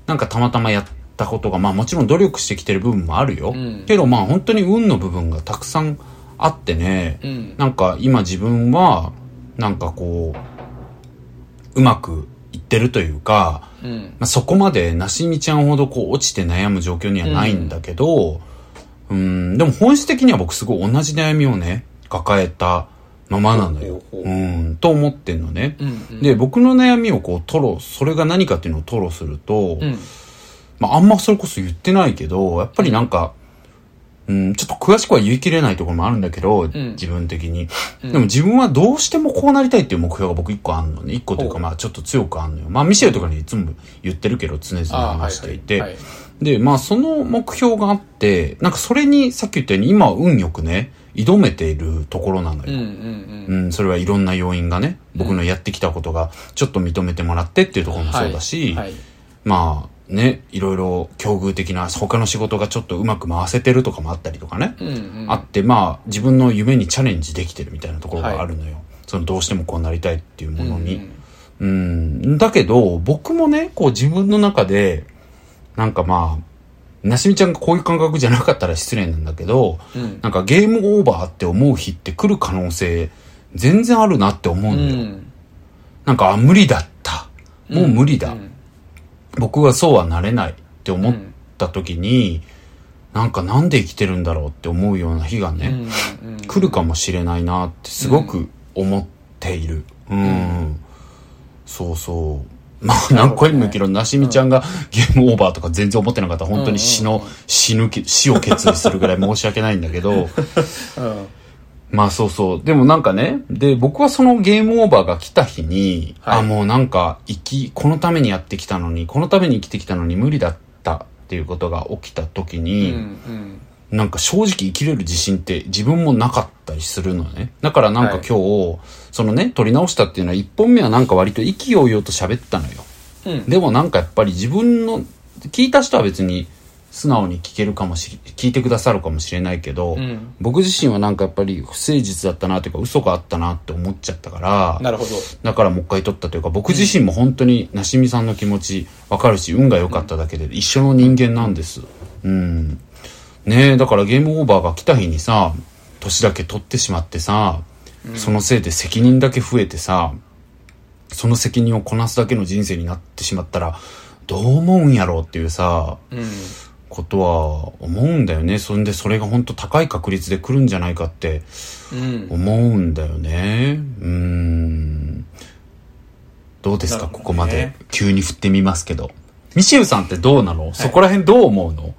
Speaker 3: なんかたまたまやったことが、まあもちろん努力してきてる部分もあるよ。
Speaker 1: うん
Speaker 3: けどまあ本当に運の部分がたくさんあってね、
Speaker 1: うん
Speaker 3: なんか今自分は、なんかこう、うまくいってるというか、
Speaker 1: うん
Speaker 3: まあ、そこまでなしみちゃんほどこう落ちて悩む状況にはないんだけど、うん、でも本質的には僕すごい同じ悩みをね、抱えたままなのよ。
Speaker 1: ほうほう
Speaker 3: う、
Speaker 1: ほうん
Speaker 3: と思ってんのね。
Speaker 1: うんうん
Speaker 3: で、僕の悩みをこう吐露、それが何かっていうのを吐露すると、
Speaker 1: うん
Speaker 3: まあ、あんまそれこそ言ってないけど、やっぱりなんか、うん、ちょっと詳しくは言い切れないところもあるんだけど、
Speaker 1: ん
Speaker 3: 自分的に。でも自分はどうしてもこうなりたいっていう目標が僕一個あんのね。一個という
Speaker 1: ほ
Speaker 3: か
Speaker 1: う
Speaker 3: まあちょっと強くあんのよ。まあミシェルとかにいつも言ってるけど常々
Speaker 1: あー
Speaker 3: 話してい
Speaker 1: はいはい
Speaker 3: て
Speaker 1: は。
Speaker 3: で、まあその目標があって、なんかそれにさっき言ったように今は運よくね、挑めているところなのよ。
Speaker 1: うんうん
Speaker 3: う
Speaker 1: うん
Speaker 3: ん、それはいろんな要因がね、僕のやってきたことがちょっと認めてもらってっていうところもそうだし、
Speaker 1: はいはい
Speaker 3: まあね、いろいろ境遇的な他の仕事がちょっとうまく回せてるとかもあったりとかね、
Speaker 1: うんうん
Speaker 3: あってまあ自分の夢にチャレンジできてるみたいなところがあるのよ。そのどうしてもこうなりたいっていうものに。うん、だけど、僕もね、こう自分の中で、なんかまあ、なしみちゃんがこういう感覚じゃなかったら失礼なんだけど、
Speaker 1: うん
Speaker 3: なんかゲームオーバーって思う日って来る可能性、全然あるなって思う
Speaker 1: うん
Speaker 3: だよ。
Speaker 1: ん
Speaker 3: なんか、あ、無理だった。もう無理だ。
Speaker 1: うん
Speaker 3: 僕はそうはなれないって思った時に、なんかなんで生きてるんだろうって思うような日がね、
Speaker 1: うんうん
Speaker 3: 来るかもしれないなってすごく思っている。うん。そうそう。 まあ、何回も言うけど、なしみちゃんがゲームオーバーとか全然思ってなかったら、本当に死の、死ぬ気、死を決意するぐらい申し訳ないんだけ
Speaker 1: う
Speaker 3: ど、
Speaker 1: ん
Speaker 3: まあそうそう。でもなんかね、で、僕はそのゲームオーバーが来た日に、
Speaker 1: はい
Speaker 3: あ、もうなんか、生き、このためにやってきたのに、このために生きてきたのに無理だったっていうことが起きた時に、
Speaker 1: うん
Speaker 3: なんか正直生きれる自信って自分もなかったりするのね。だからなんか今日、そのね、撮り直したっていうのは、一本目はなんか割と意気揚々と喋ったのよ。
Speaker 1: うん
Speaker 3: でもなんかやっぱり自分の、聞いた人は別に素直に聞けるかもし、聞いてくださるかもしれないけど、
Speaker 1: うん
Speaker 3: 僕自身はなんかやっぱり不誠実だったなというか嘘があったなって思っちゃったから、
Speaker 1: なるほど
Speaker 3: だからもう一回撮ったというか、僕自身も本当になしみさんの気持ちわかるし、運が良かっただけで一緒の人間なんです。うん。ねえ、だからゲームオーバーが来た日にさ、年だけ取ってしまってさ、そのせいで責任だけ増えてさ、その責任をこなすだけの人生になってしまったら、どう思うんやろうっていうさ、
Speaker 1: うん
Speaker 3: ことは思うんだよね。そんでそれが本当高い確率で来るんじゃないかって
Speaker 1: うん
Speaker 3: 思うんだよね。うーん。どうですか、
Speaker 1: なるほど
Speaker 3: こ
Speaker 1: ね
Speaker 3: こまで。急に振ってみますけど。ミシェルさんってどうなの、そこら辺どう思うの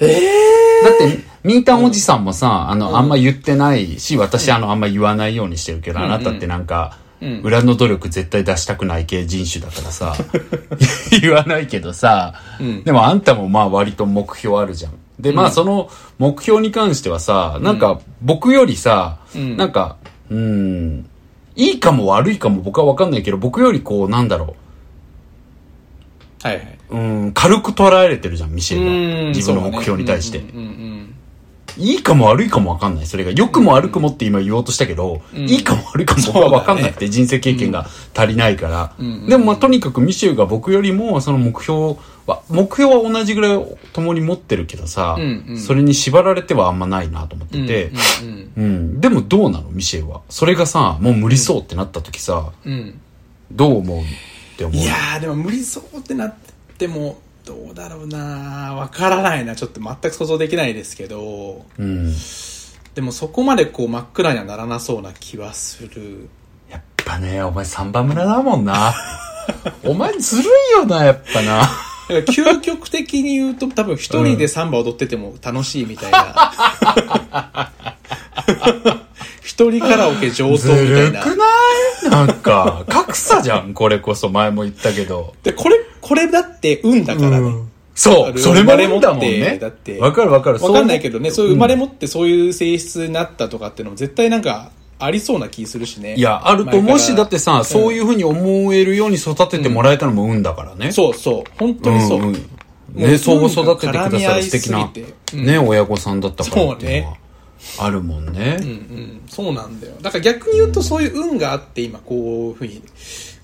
Speaker 3: ええだって、ミータンおじさんもさ、あの、あんま言ってないし、私、あの、あんま言わないようにしてるけど、あなたってなんか、
Speaker 1: うん
Speaker 3: 裏の努力絶対出したくない系人種だか らさ、言わないけどさ、
Speaker 1: うん
Speaker 3: でもあんたもまあ割と目標あるじゃん。で、まあその目標に関してはさ、なんか僕よりさ、
Speaker 1: ん
Speaker 3: なんか、うん、いいかも悪いかも僕はわかんないけど、僕よりこうなんだろう、
Speaker 1: はいはい。
Speaker 3: うん、軽く捉えられてるじゃん、ミシェル
Speaker 1: う
Speaker 3: は。
Speaker 1: ん
Speaker 3: 自
Speaker 1: そ
Speaker 3: 分の
Speaker 1: うね
Speaker 3: 目標に対して。
Speaker 1: うんうん
Speaker 3: いいかも悪いかもわかんない。それが、良くも悪くもって今言おうとしたけど、いいかも悪いかも僕はわかんなくて、人生経験が足りないから。でもまあ、とにかくミシェルが僕よりも、その目標は、目標は同じぐらい共に持ってるけどさ
Speaker 1: うんう、ん
Speaker 3: それに縛られてはあんまないなと思っ
Speaker 1: うん
Speaker 3: てて、
Speaker 1: うんうん
Speaker 3: うん。でもどうなの、ミシェルは。それがさ、もう無理そうってなった時さ、
Speaker 1: うん
Speaker 3: どう思うって思う。
Speaker 1: いやーでも無理そうってなってもどうだろうなわからないなちょっと全く想像できないですけど
Speaker 3: うん。
Speaker 1: でもそこまでこう真っ暗にはならなそうな気はする
Speaker 3: やっぱね、お前三番村だもん な。お前ずるいよな、やっぱな。
Speaker 1: だから究極的に言うと多分一人でサンバ踊ってても楽しいみたい な一人カラオケ上等
Speaker 3: ず
Speaker 1: みたい
Speaker 3: る
Speaker 1: な
Speaker 3: くないなんか、格差じゃん、これこそ前も言ったけど。
Speaker 1: でこれこれだって運だからね、
Speaker 3: そ
Speaker 1: あ
Speaker 3: う、
Speaker 1: る
Speaker 3: それもんだ
Speaker 1: 生まれ持
Speaker 3: もん
Speaker 1: って
Speaker 3: ね
Speaker 1: だって。
Speaker 3: わかるわかる。
Speaker 1: わかんないけどね、そういう生まれ
Speaker 3: も。
Speaker 1: 持ってそういう性質になったとかっていうのも絶対なんかありそうな気するしね。
Speaker 3: いや、あると思うし、
Speaker 1: 前から
Speaker 3: だってさ、そういうふうに思えるように育ててもらえたのも運だからね。
Speaker 1: そうそう、本当にそう。も
Speaker 3: んん
Speaker 1: う
Speaker 3: ね、そう育ててくだ
Speaker 1: 絡み
Speaker 3: さ
Speaker 1: 合
Speaker 3: る
Speaker 1: い
Speaker 3: 素
Speaker 1: すぎ
Speaker 3: 敵
Speaker 1: てう
Speaker 3: な、
Speaker 1: ん
Speaker 3: ね、親御さんだったからっていうのは
Speaker 1: そ、
Speaker 3: あるもんね。
Speaker 1: うんうん、そうなんだよ。だから逆に言うとそういう運があって今こういうふうに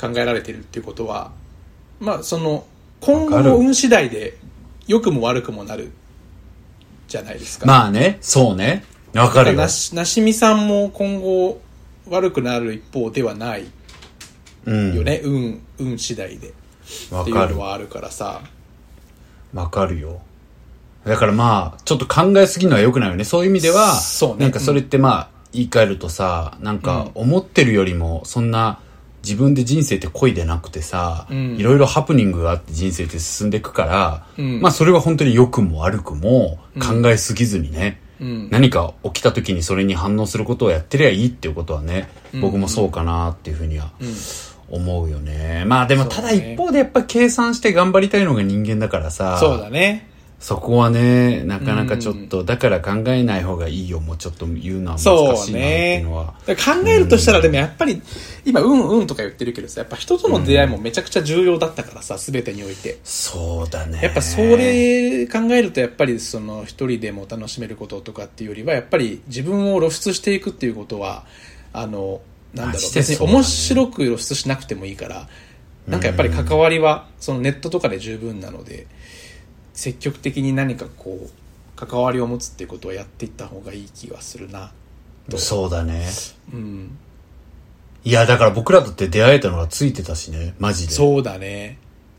Speaker 1: 考えられてるっていうことは、まあその、今後
Speaker 3: わかる
Speaker 1: の運次第で良くも悪くもなるじゃないですか。
Speaker 3: まあね、そうね。わかるよ
Speaker 1: な。し、なしみさんも今後悪くなる一方ではない
Speaker 3: うん
Speaker 1: よ。ね、運、運次第で。っ
Speaker 3: わ
Speaker 1: てい
Speaker 3: か
Speaker 1: う
Speaker 3: る
Speaker 1: の。はあるからさ。
Speaker 3: わかるよ。だからまあ、ちょっと考えすぎるのは良くないよね。そういう意味では、
Speaker 1: そうね
Speaker 3: なんかそれってまあ、言い換えるとさ、なんか思ってるよりも、そんな、自分で人生って恋でなくてさ、
Speaker 1: うん
Speaker 3: いろいろハプニングがあって人生って進んでいくから、
Speaker 1: うん
Speaker 3: まあそれは本当に良くも悪くも考えすぎずにね、
Speaker 1: うん。
Speaker 3: 何か起きた時にそれに反応することをやってりゃいいっていうことはね、僕もそうかなっていうふうには思うよね。まあでもただ
Speaker 1: そうね
Speaker 3: 一方でやっぱ計算して頑張りたいのが人間だからさ、
Speaker 1: そうだね。
Speaker 3: そこはね、なかなかちょっと、だから考えない方がいいよ、もうちょっと言うのは難
Speaker 1: そ
Speaker 3: し
Speaker 1: う
Speaker 3: いなっていう
Speaker 1: ね
Speaker 3: のは。。
Speaker 1: だから考えるとしたら、でもやっぱり、今、うんうんとか言ってるけどさ、やっぱ人との出会いもめちゃくちゃ重要だったからさ、全てにおいて。
Speaker 3: そうだね。
Speaker 1: やっぱそれ考えると、やっぱりその一人でも楽しめることとかっていうよりは、やっぱり自分を露出していくっていうことは、あの、なんだ
Speaker 3: マ
Speaker 1: ろう、
Speaker 3: ジで
Speaker 1: 別
Speaker 3: そう
Speaker 1: に
Speaker 3: だね
Speaker 1: 面白く露出しなくてもいいから、なんかやっぱり関わりは、そのネットとかで十分なので、積極的に何かこう、関わりを持つっていうことはやっていった方がいい気がするな。
Speaker 3: そうだね。
Speaker 1: うん。
Speaker 3: いや、だから僕らだって出会えたのがついてたしね、マジで。
Speaker 1: そうだね。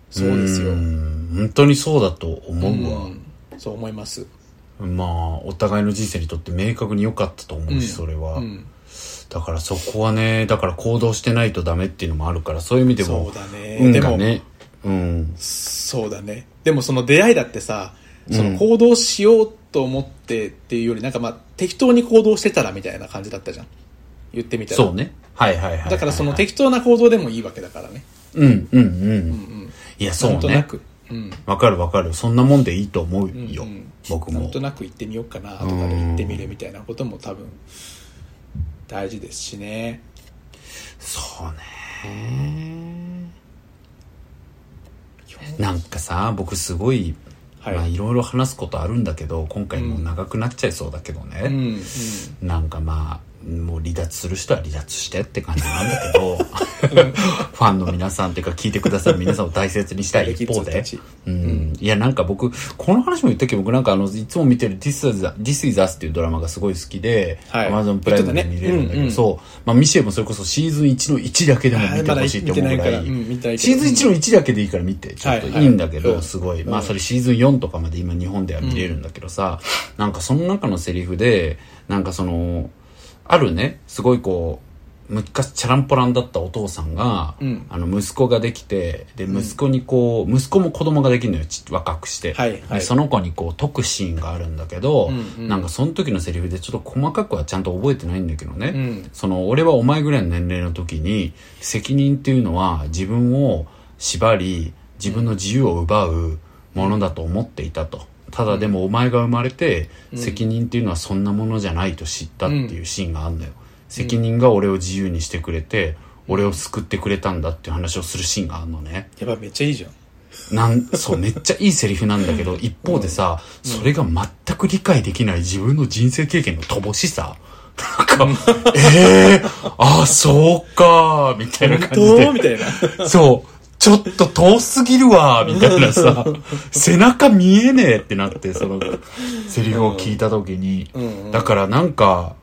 Speaker 1: そうですよ。
Speaker 3: う
Speaker 1: うん
Speaker 3: ん本当にそうだと思うわ。
Speaker 1: そう思います。
Speaker 3: まあ、お互いの人生にとって明確に良かったと思うし、それは、
Speaker 1: うん。
Speaker 3: だからそこはね、だから行動してないとダメっていうのもあるから、そういう意味でも、
Speaker 1: そうだね
Speaker 3: 運が
Speaker 1: で
Speaker 3: ね、うん。
Speaker 1: そうだね。でもその出会いだってさ、その行動しようと思ってっていうより、なんかまあ適当に行動してたらみたいな感じだったじゃん。言ってみたら。
Speaker 3: そうね。はいはいはいはい。
Speaker 1: だからその適当な行動でもいいわけだからね。
Speaker 3: うんうんうん。いや、そう
Speaker 1: なんとな
Speaker 3: ね。
Speaker 1: く。うん。
Speaker 3: わかるわかる。そんなもんでいいと思うよ。
Speaker 1: うんうん
Speaker 3: 僕
Speaker 1: な
Speaker 3: も
Speaker 1: ん。となく行ってみようかなとかで行ってみるみたいなことも多分大事ですしね。
Speaker 3: そうね。なんかさ、僕すごい、
Speaker 1: はい
Speaker 3: まあいろいろ話すことあるんだけど、今回もう長くなっちゃいそうだけどね。
Speaker 1: うん。うん。
Speaker 3: なんかまあ、もう離脱する人は離脱してって感じなんだ けど、ファンの皆さんっていうか聞いてくださる皆さんを大切にしたい一方
Speaker 1: キッズた
Speaker 3: で
Speaker 1: ち、
Speaker 3: うん、いやなんか僕、この話も言ったっけど僕なんかあの、いつも見てる This is, This is Us っていうドラマがすごい好きで、
Speaker 1: はい
Speaker 3: Amazon プライムで見れる
Speaker 1: 言って
Speaker 3: んだけど、
Speaker 1: たねうんうん
Speaker 3: そう、まあミシェルもそれこそシーズン1の1だけでも見てほしいと思う
Speaker 1: まだ見てない
Speaker 3: ぐ
Speaker 1: かららうん見た
Speaker 3: い、
Speaker 1: いけど
Speaker 3: シーズン1の1だけでいいから見て、ちょっといいんだけど、
Speaker 1: はいはい
Speaker 3: すごい、まあそれシーズン4とかまで今日本では見れるんだけどさ、なんかその中のセリフでなんかそのあるねすごいこう昔チャランポランだったお父さんが、
Speaker 1: うん
Speaker 3: あの息子ができてで息子にこう、息子も子供ができるのよち若くして、
Speaker 1: はいはい
Speaker 3: でその子にこう解くシーンがあるんだけど、
Speaker 1: うんうん
Speaker 3: なんかその時のセリフでちょっと細かくはちゃんと覚えてないんだけどね、
Speaker 1: うん
Speaker 3: その俺はお前ぐらいの年齢の時に責任っていうのは自分を縛り自分の自由を奪うものだと思っていたと。ただでもお前が生まれて責任っていうのはそんなものじゃないと知ったっていうシーンがあんだよ。責任が俺を自由にしてくれて、俺を救ってくれたんだっていう話をするシーンがあるのね。
Speaker 1: やばいめっちゃい いじゃん
Speaker 3: なん、そう、めっちゃいいセリフなんだけど、一方でさ、それが全く理解できない自分の人生経験の乏しさ。なんか、ええー、ああ、そうかー、みたいな感じ
Speaker 1: どうみ
Speaker 3: で。
Speaker 1: たいな
Speaker 3: そう、ちょっと遠すぎるわー、みたい なさ、背中見えねえってなって、その、セリフを聞いた時に。
Speaker 1: んうん
Speaker 3: だからなんか、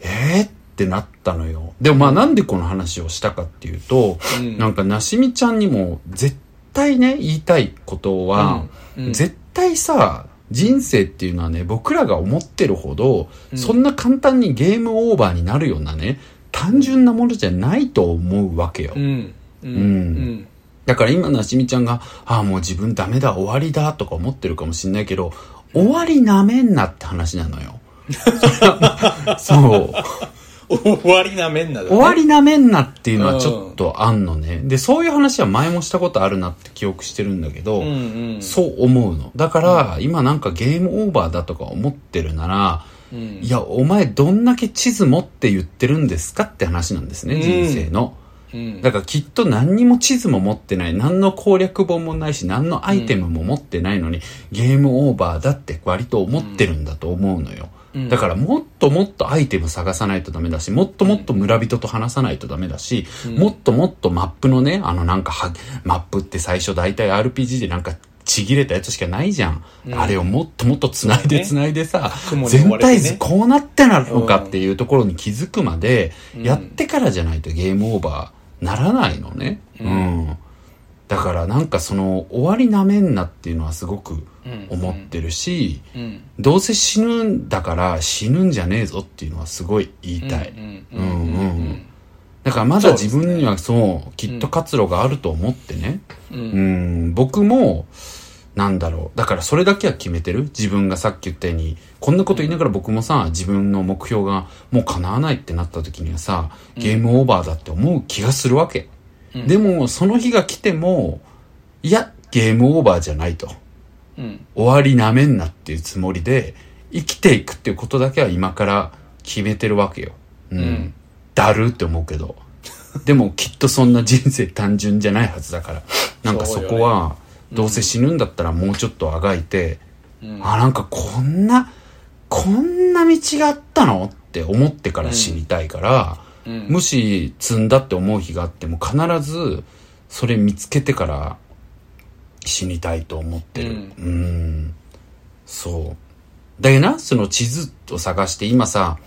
Speaker 3: えー、ってなったのよ。でもまあなんでこの話をしたかっていうと、
Speaker 1: うん
Speaker 3: なんかなしみちゃんにも絶対ね言いたいことは、
Speaker 1: うんうん
Speaker 3: 絶対さ人生っていうのはね僕らが思ってるほど、そんな簡単にゲームオーバーになるようなね単純なものじゃないと思うわけよ、
Speaker 1: うんうん
Speaker 3: うだから今なしみちゃんが「ああもう自分ダメだ終わりだ」とか思ってるかもしんないけど終わりなめんなって話なのよ そう
Speaker 1: 終わりなめんなだね
Speaker 3: 終わりなめんなっていうのはちょっとあんのね。で、そういう話は前もしたことあるなって記憶してるんだけど、
Speaker 1: うんうん
Speaker 3: そう思うの。だから、今なんかゲームオーバーだとか思ってるなら、
Speaker 1: うん
Speaker 3: いや、お前どんだけ地図持って言ってるんですかって話なんですね、
Speaker 1: うん
Speaker 3: 人生の。
Speaker 1: うん
Speaker 3: だからきっと何にも地図も持ってない、何の攻略本もないし、何のアイテムも持ってないのに、ゲームオーバーだって割と思ってるんだと思うのよ。
Speaker 1: うん
Speaker 3: だからもっともっとアイテム探さないとダメだし、もっともっと村人と話さないとダメだし、もっともっとマップのね、あのなんかは、マップって最初大体 RPG でなんか、ちぎれたやつしかないじゃん。あれをもっともっと繋い
Speaker 1: そう
Speaker 3: で
Speaker 1: ね
Speaker 3: 繋いでさ、
Speaker 1: 雲に覆われ
Speaker 3: 全
Speaker 1: てね
Speaker 3: 体図こうなってなのかっていうところに気づくまで、やってからじゃないとゲームオーバーならないのね。うん。だからなんかその、終わりなめんなっていうのはすごく思ってるし、
Speaker 1: うん
Speaker 3: どうせ死ぬんだから死ぬんじゃねえぞっていうのはすごい言いたい。
Speaker 1: うん
Speaker 3: う
Speaker 1: うんん
Speaker 3: うんうん。だからまだ自分にはそう、きっと活路があると思ってね。
Speaker 1: うん
Speaker 3: うん、僕も、なんだろう。だからそれだけは決めてる。自分がさっき言ったように、こんなこと言いながら僕もさ、自分の目標がもう叶わないってなった時にはさ、ゲームオーバーだって思う気がするわけ。でも、その日が来ても、いや、ゲームオーバーじゃないと。
Speaker 1: うん
Speaker 3: 終わりなめんなっていうつもりで、生きていくっていうことだけは今から決めてるわけよ。うん。
Speaker 1: ん
Speaker 3: だるって思うけど。でもきっとそんな人生単純じゃないはずだから。なんかそこは、どうせ死ぬんだったらもうちょっとあがいて、あ、なんかこんな、こんな道があったのって思ってから死にたいから、
Speaker 1: うん
Speaker 3: もし積んだって思う日があっても必ずそれ見つけてから死にたいと思ってる。
Speaker 1: う
Speaker 3: う
Speaker 1: ん
Speaker 3: ん。そう。だけどな、その地図を探して今さ、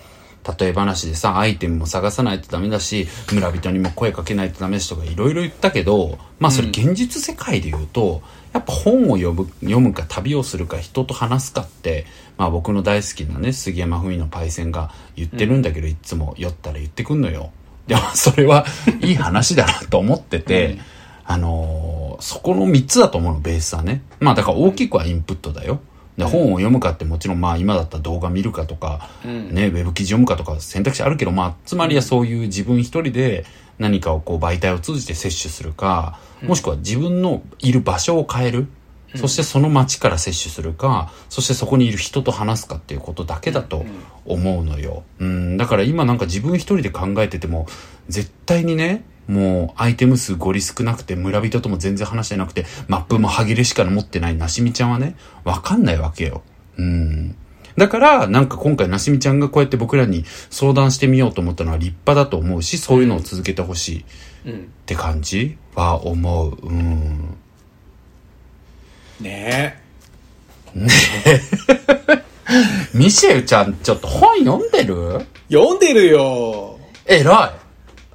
Speaker 3: 例え話でさ、アイテムも探さないとダメだし、村人にも声かけないとダメだしとかいろいろ言ったけど、まあそれ現実世界で言うと、やっぱ本を読む読むか旅をするか人と話すかって、まあ僕の大好きなね、杉山文のパイセンが言ってるんだけど、いつも酔ったら言ってくんのよ。でもそれはいい話だなと思ってて、あのーそこの3つだと思うの、ベースはね。まあだから大きくはインプットだよ。で本を読むかってもちろんまあ今だったら動画見るかとか、ね、ウェブ記事読むかとか選択肢あるけど、まあつまりはそういう自分一人で何かをこう媒体を通じて摂取するか、もしくは自分のいる場所を変える。そしてその街から摂取するか、そしてそこにいる人と話すかっていうことだけだと思うのよ。うん、だから今なんか自分一人で考えてても、絶対にね、もうアイテム数ゴリ少なくて村人とも全然話してなくて、マップも歯切れしか持ってないなしみちゃんはね、わかんないわけよ。うん。だから、なんか今回なしみちゃんがこうやって僕らに相談してみようと思ったのは立派だと思うし、そういうのを続けてほしいっ
Speaker 1: うん
Speaker 3: て感じは思う。うん。
Speaker 1: ね
Speaker 3: ミシェルちゃん、ちょっと本読んでる
Speaker 1: え読んでるよ
Speaker 3: えら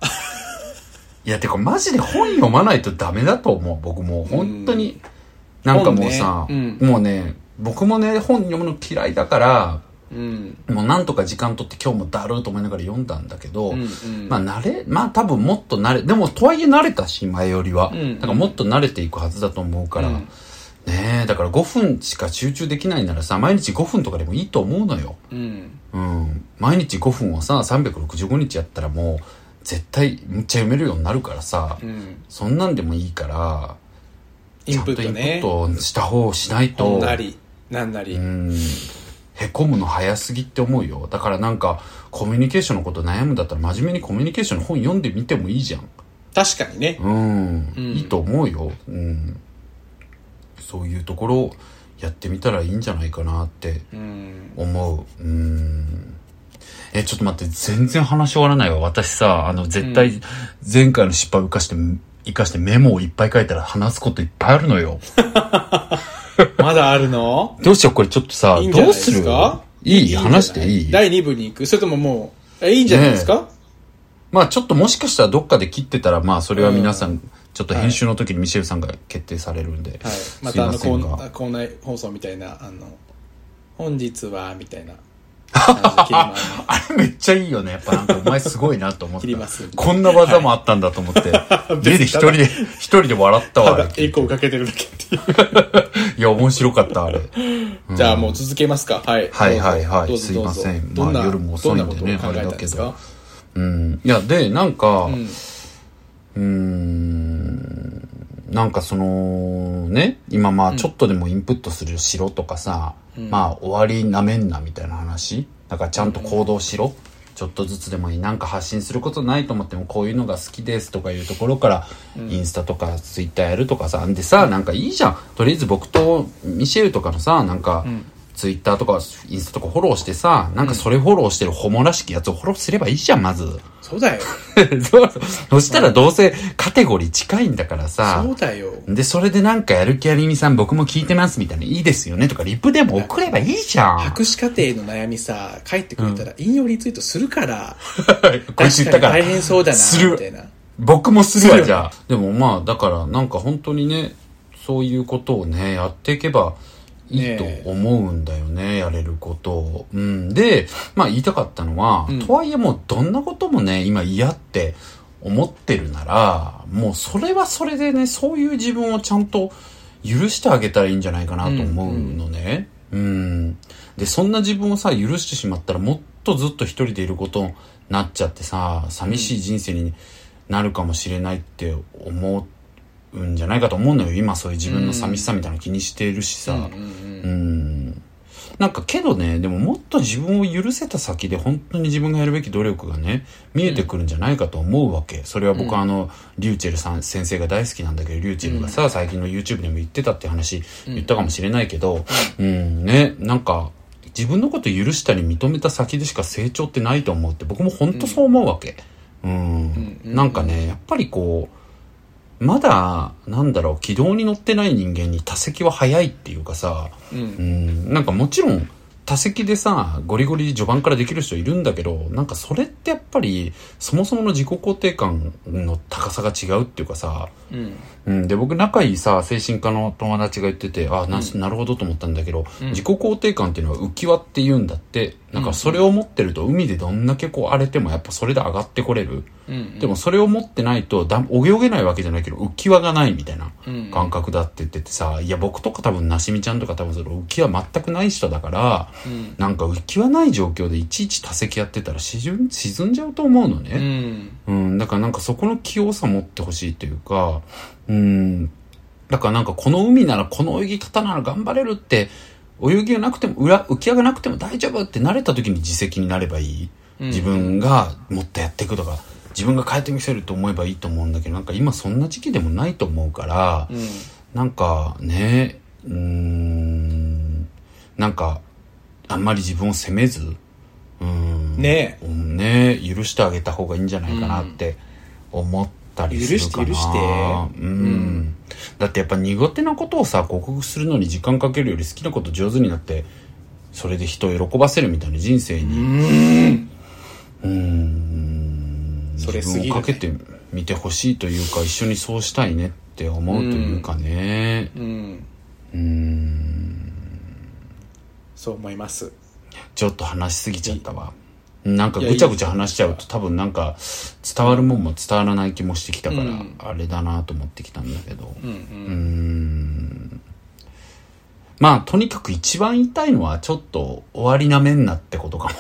Speaker 3: いいや、てかマジで本読まないとダメだと思う。僕もう本当に。なんかもうさ、
Speaker 1: 本ね
Speaker 3: もうね、僕もね、本読むの嫌いだから、
Speaker 1: うん。
Speaker 3: もうなんとか時間取って今日もだるーと思いながら読んだんだけど、
Speaker 1: うんうん
Speaker 3: まあ慣れ、まあ多分もっと慣れ、でもとはいえ慣れたし、前よりは。
Speaker 1: うん
Speaker 3: だからもっと慣れていくはずだと思うから、
Speaker 1: うん
Speaker 3: ねえ、だから5分しか集中できないならさ、毎日5分とかでもいいと思うのよ。
Speaker 1: うん。
Speaker 3: うん。毎日5分をさ、365日やったらもう、絶対むっちゃ読めるようになるからさ、
Speaker 1: うん。
Speaker 3: そんなんでもいいから、
Speaker 1: インプッ
Speaker 3: ちゃ
Speaker 1: ト
Speaker 3: んとイン
Speaker 1: ね。
Speaker 3: プットした方をしない
Speaker 1: ほ
Speaker 3: と。
Speaker 1: んなり、なんなり。
Speaker 3: うんへこむの早すぎって思うよだからなんかコミュニケーションのこと悩むんだったら真面目にコミュニケーションの本読んでみてもいいじゃん
Speaker 1: 確かにね。
Speaker 3: うん、
Speaker 1: うん
Speaker 3: いいと思うよ、うん、そういうところをやってみたらいいんじゃないかなって
Speaker 1: うん。
Speaker 3: 思ううんえちょっと待って全然話終わらないわ私さあの絶対前回の失敗を生かして生かしてメモをいっぱい書いたら話すこといっぱいあるの よ
Speaker 1: まだあるの
Speaker 3: どうしようこれちょっとさ
Speaker 1: いいんじゃない
Speaker 3: どう
Speaker 1: ですす
Speaker 3: る
Speaker 1: か
Speaker 3: いい
Speaker 1: んじゃな
Speaker 3: 話していい
Speaker 1: 第2部に行くそれとももう、えいいんじゃないですか
Speaker 3: まあちょっともしかしたらどっかで切ってたら、まあそれは皆さん、ちょっと編集の時にミシェルさんが決定されるんで。
Speaker 1: はい。
Speaker 3: すい
Speaker 1: ま
Speaker 3: ま
Speaker 1: たあの、
Speaker 3: せ
Speaker 1: コ
Speaker 3: ん
Speaker 1: ーナ
Speaker 3: が。
Speaker 1: ーコーナー放送みたいな、あの、本日は、みたいな感じで切ります。
Speaker 3: あれめっちゃいいよね。やっぱなんかお前すごいなと思っ
Speaker 1: 切ります
Speaker 3: た。こんな技もあったんだと思って。家で 一人で、一人で笑っ
Speaker 1: た
Speaker 3: たわ。あ
Speaker 1: だ、
Speaker 3: れ
Speaker 1: エコーかけてるだけっていう。
Speaker 3: いや、面白かった、あれ。
Speaker 1: じゃあもう続けますか。はい。
Speaker 3: はいはいはい
Speaker 1: どうぞどうぞ
Speaker 3: すいません
Speaker 1: どんな、
Speaker 3: まあ夜も遅いんでね
Speaker 1: どなことを考えたんです
Speaker 3: あれ
Speaker 1: か
Speaker 3: うん。いや、で、なんか、
Speaker 1: う。
Speaker 3: うんーん、なんかその、ね、今まあちょっとでもインプットするしろとかさ、まあ終わりなめんなみたいな話。だからちゃんと行動しろ。ちょっとずつでもいい。なんか発信することないと思っても、こういうのが好きですとかいうところから、インスタとかツイッターやるとかさ。でさ、なんかいいじゃん。とりあえず僕とミシェルとかのさ、なんか、ツイッターとかインスタとかフォローしてさ、なんかそれフォローしてるホモらしきやつをフォローすればいいじゃん、まず。
Speaker 1: そうだよ。
Speaker 3: そうそう。そしたらどうせカテゴリー近いんだからさ。
Speaker 1: そうだよ。
Speaker 3: で、それでなんかやる気ありみさん僕も聞いてますみたいな、いいですよねとか、リプでも送ればいいじゃん。
Speaker 1: 博士課程の悩みさ、書いてくれたら引用リツイートするから、
Speaker 3: こいつ言ったから
Speaker 1: 大変そうだな、
Speaker 3: する
Speaker 1: みたいな。
Speaker 3: 僕もする
Speaker 1: する
Speaker 3: わ、
Speaker 1: よ
Speaker 3: じゃあ。でもまあ、だからなんか本当にね、そういうことをね、やっていけばいいと
Speaker 1: ねえ
Speaker 3: 思うんだよね、やれることを。うん。で、まあ言いたかったのは、
Speaker 1: うん
Speaker 3: とはいえもうどんなこともね、今嫌って思ってるなら、もうそれはそれでね、そういう自分をちゃんと許してあげたらいいんじゃないかなと思うのね。うん。で、そんな自分をさ、許してしまったらもっとずっと一人でいることになっちゃってさ、寂しい人生になるかもしれないって思うんじゃないかと思うのよ。今そういう自分の寂しさみたいなの気にしてるしさ。
Speaker 1: うんうん
Speaker 3: うーんなんかけどね、でももっと自分を許せた先で本当に自分がやるべき努力がね、見えてくるんじゃないかと思うわけ。それは僕はあの、リューチェルさん、先生が大好きなんだけど、リューチェルがさ、最近の YouTube でも言ってたって話、言ったかもしれないけど、うん、ね、なんか、自分のこと許したり認めた先でしか成長ってないと思うって、僕も本当そう思うわけ。うん。
Speaker 1: うん
Speaker 3: なんかね、やっぱりこう、まだ、なんだろう、軌道に乗ってない人間に多席は早いっていうかさ、
Speaker 1: うん。うん
Speaker 3: うん、なんかもちろん多席でさゴリゴリ序盤からできる人いるんだけどなんかそれってやっぱりそもそもの自己肯定感の高さが違うっていうかさ、
Speaker 1: うん。
Speaker 3: うん、で僕仲いいさ精神科の友達が言っててあな,、なるほどと思ったんだけど、自己肯定感っていうのは浮き輪って言うんだってなんかそれを持ってると海でどんだけこう荒れてもやっぱそれで上がってこれる、
Speaker 1: うん。
Speaker 3: でもそれを持ってないとだ泳げないわけじゃないけど浮き輪がないみたいな
Speaker 1: うん
Speaker 3: 感覚だって言っててさ、いや僕とか多分なしみちゃんとか多分その浮き輪全くない人だから、
Speaker 1: うん
Speaker 3: なんか浮き輪ない状況でいちいち多席やってたら沈ん沈んじゃうと思うの
Speaker 1: う
Speaker 3: ね、
Speaker 1: ん。
Speaker 3: うんだからなんかそこの器用さ持ってほしいというかうんだからなんかこの海ならこの泳ぎ方なら頑張れるって泳ぎがなくても裏浮き輪がなくても大丈夫って慣れた時に自責になればいい、自分がもっとやっていくとか自分が変えてみせると思えばいいと思うんだけどなんか今そんな時期でもないと思うから、
Speaker 1: うん。
Speaker 3: なんかねうーんなんかあんまり自分を責めずうーん
Speaker 1: ね
Speaker 3: うんね許してあげた方がいいんじゃないかなって思ったりするかな
Speaker 1: 許して許して
Speaker 3: うん、
Speaker 1: ん
Speaker 3: だってやっぱ苦手なことをさ克服するのに時間かけるより好きなこと上手になってそれで人を喜ばせるみたいな人生に
Speaker 1: うん。
Speaker 3: うーん
Speaker 1: それ
Speaker 3: 自
Speaker 1: すぎ
Speaker 3: 分
Speaker 1: る
Speaker 3: を
Speaker 1: ね
Speaker 3: かけてみてほしいというか一緒にそうしたいねって思うというかね、
Speaker 1: うん。
Speaker 3: うーん
Speaker 1: そう思います。
Speaker 3: ちょっと話しすぎちゃったわ。なんかぐちゃぐちゃ話しちゃうと多分なんか伝わるもんも伝わらない気もしてきたから、
Speaker 1: うん
Speaker 3: あれだなと思ってきたんだけど。
Speaker 1: うんう
Speaker 3: うー
Speaker 1: ん。
Speaker 3: んまあ、とにかく一番言いたいのは、ちょっと終わりなめんなってこと かも。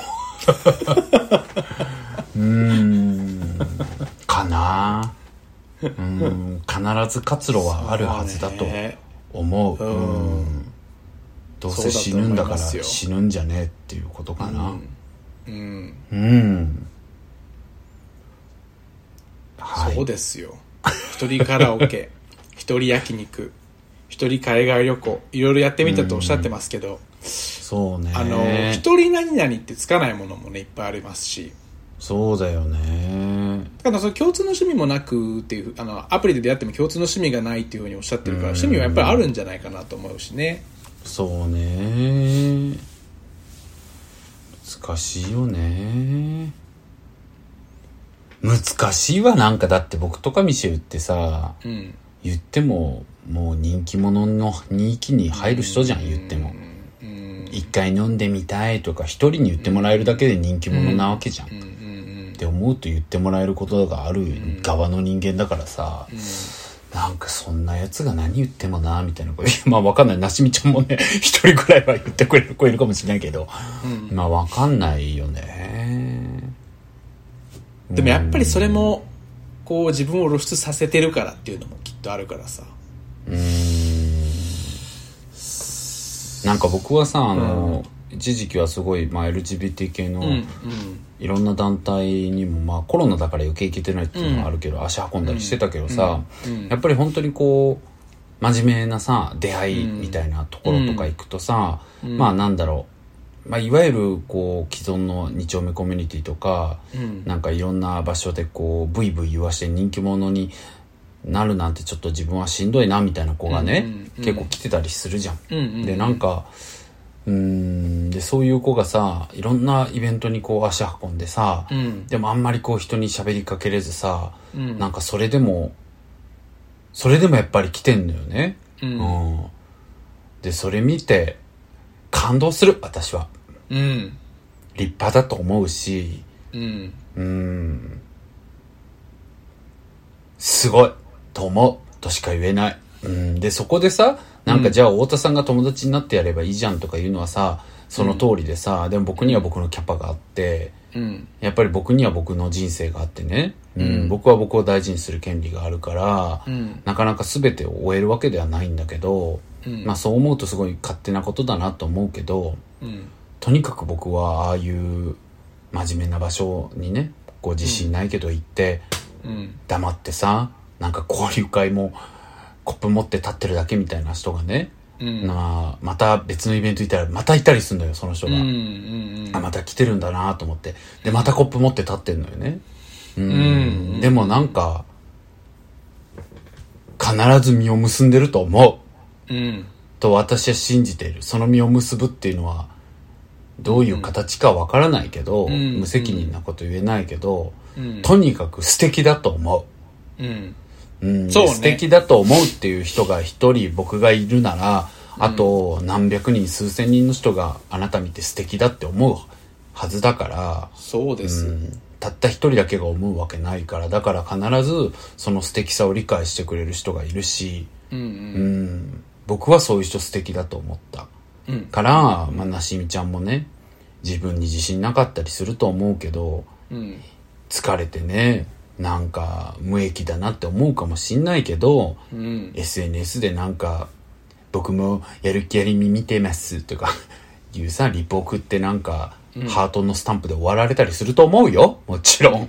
Speaker 3: うーん。かなうーん。必ず活路はあるはずだと
Speaker 1: ね
Speaker 3: 思う。う
Speaker 1: うん
Speaker 3: んどう
Speaker 1: そう
Speaker 3: せ
Speaker 1: だと
Speaker 3: 死ぬんだか
Speaker 1: 思
Speaker 3: ら
Speaker 1: いますよ
Speaker 3: 死ぬんじゃねえっていうことかな。
Speaker 1: うん。
Speaker 3: うん。は
Speaker 1: そう
Speaker 3: い。
Speaker 1: ですよ。一人カラオ ケ、一人焼肉、一人海外旅行、いろいろやってみたとおっしゃってますけど、
Speaker 3: そうね。
Speaker 1: あの、一人何々ってつかないものもね、いっぱいありますし、
Speaker 3: そうだよね。
Speaker 1: だからその共通の趣味もなくっていう、あの、アプリで出会っても共通の趣味がないっていうふうにおっしゃってるから、趣味はやっぱりあるんじゃないかなと思うしね。
Speaker 3: そうね難しいよね難しいわなんかだって僕とかミシェルってさ
Speaker 1: うん。
Speaker 3: 言ってももう人気者の2期に入る人じゃん言っても
Speaker 1: うん。うん
Speaker 3: 一回飲んでみたいとか一人に言ってもらえるだけで人気者なわけじゃん、
Speaker 1: うん。う
Speaker 3: っ
Speaker 1: ん。
Speaker 3: て思うと言ってもらえることがある側の人間だからさ、なんかそんなやつが何言ってもなみたいなこといや まあわかんないなしみちゃんもね 一人くらいは言ってくれる子いるかもしれないけど、
Speaker 1: うん
Speaker 3: まあわかんないよね
Speaker 1: でもやっぱりそれも、こう自分を露出させてるからっていうのもきっとあるからさ。
Speaker 3: うーんなんか僕はさあの、一時期はすごい、まあ、LGBT 系の、
Speaker 1: うん。うん。
Speaker 3: いろんな団体にも、まあ、コロナだから余計行けてないっていうのはあるけど、足運んだりしてたけどさ、
Speaker 1: うん
Speaker 3: やっぱり本当にこう真面目なさ出会いみたいなところとか行くとさ、まあなんだろう、まあ、いわゆるこう既存の二丁目コミュニティとか、
Speaker 1: ん
Speaker 3: なんかいろんな場所でこうブイブイ言わして人気者になるなんてちょっと自分はしんどいなみたいな子がね、
Speaker 1: うんうん
Speaker 3: 結構来てたりするじゃん。
Speaker 1: うんうん
Speaker 3: でなんかうーんでそういう子がさいろんなイベントにこう足運んでさ、
Speaker 1: うん。
Speaker 3: でもあんまりこう人に喋りかけれずさ、
Speaker 1: うん
Speaker 3: なんかそれでもそれでもやっぱり来てんのよね、
Speaker 1: う。
Speaker 3: うんんでそれ見て感動する私は
Speaker 1: うん。
Speaker 3: 立派だと思うし
Speaker 1: うん。
Speaker 3: うーんすごいと思うとしか言えない。うん、でそこでさなんかじゃあ太田さんが友達になってやればいいじゃんとか言うのはさその通りでさ、でも僕には僕のキャパがあって
Speaker 1: うん。
Speaker 3: やっぱり僕には僕の人生があってね、うん
Speaker 1: うん
Speaker 3: 僕は僕を大事にする権利があるから、
Speaker 1: うん。
Speaker 3: なかなか全てを終えるわけではないんだけど、
Speaker 1: うん
Speaker 3: まあそう思うとすごい勝手なことだなと思うけど
Speaker 1: うん。
Speaker 3: とにかく僕はああいう真面目な場所にねこう自信ないけど行って
Speaker 1: うん。
Speaker 3: 黙ってさなんか交流会もコップ持って立ってるだけみたいな人がね、
Speaker 1: うん。
Speaker 3: なあまた別のイベント行ったらまた行ったりするのよその人
Speaker 1: うん。う
Speaker 3: が、
Speaker 1: ん。
Speaker 3: あまた来てるんだなと思ってでまたコップ持って立ってんのよねうん
Speaker 1: うん
Speaker 3: でもなんか必ず実を結んでると思う
Speaker 1: うん。
Speaker 3: と私は信じているその実を結ぶっていうのはどういう形かわからないけど、
Speaker 1: ん
Speaker 3: 無責任なこと言えないけど、
Speaker 1: うん。
Speaker 3: とにかく素敵だと思
Speaker 1: うん。
Speaker 3: う、うん
Speaker 1: そうね
Speaker 3: 素敵だと思うっていう人が一人僕がいるならあと何百人数千人の人があなた見て素敵だって思うはずだから、
Speaker 1: そうです。
Speaker 3: うんたった一人だけが思うわけないからだから必ずその素敵さを理解してくれる人がいるし、
Speaker 1: うん。う。
Speaker 3: うんん、僕はそういう人素敵だと思った。
Speaker 1: うん。
Speaker 3: から、まあ、なしみちゃんもね自分に自信なかったりすると思うけど
Speaker 1: うん。
Speaker 3: 疲れてねなんか無益だなって思うかもしんないけど
Speaker 1: うん。
Speaker 3: SNS でなんか「僕もやる気ありみ見てます」とか いうさリポ送ってなんか、ハートのスタンプで終わられたりすると思うよもちろん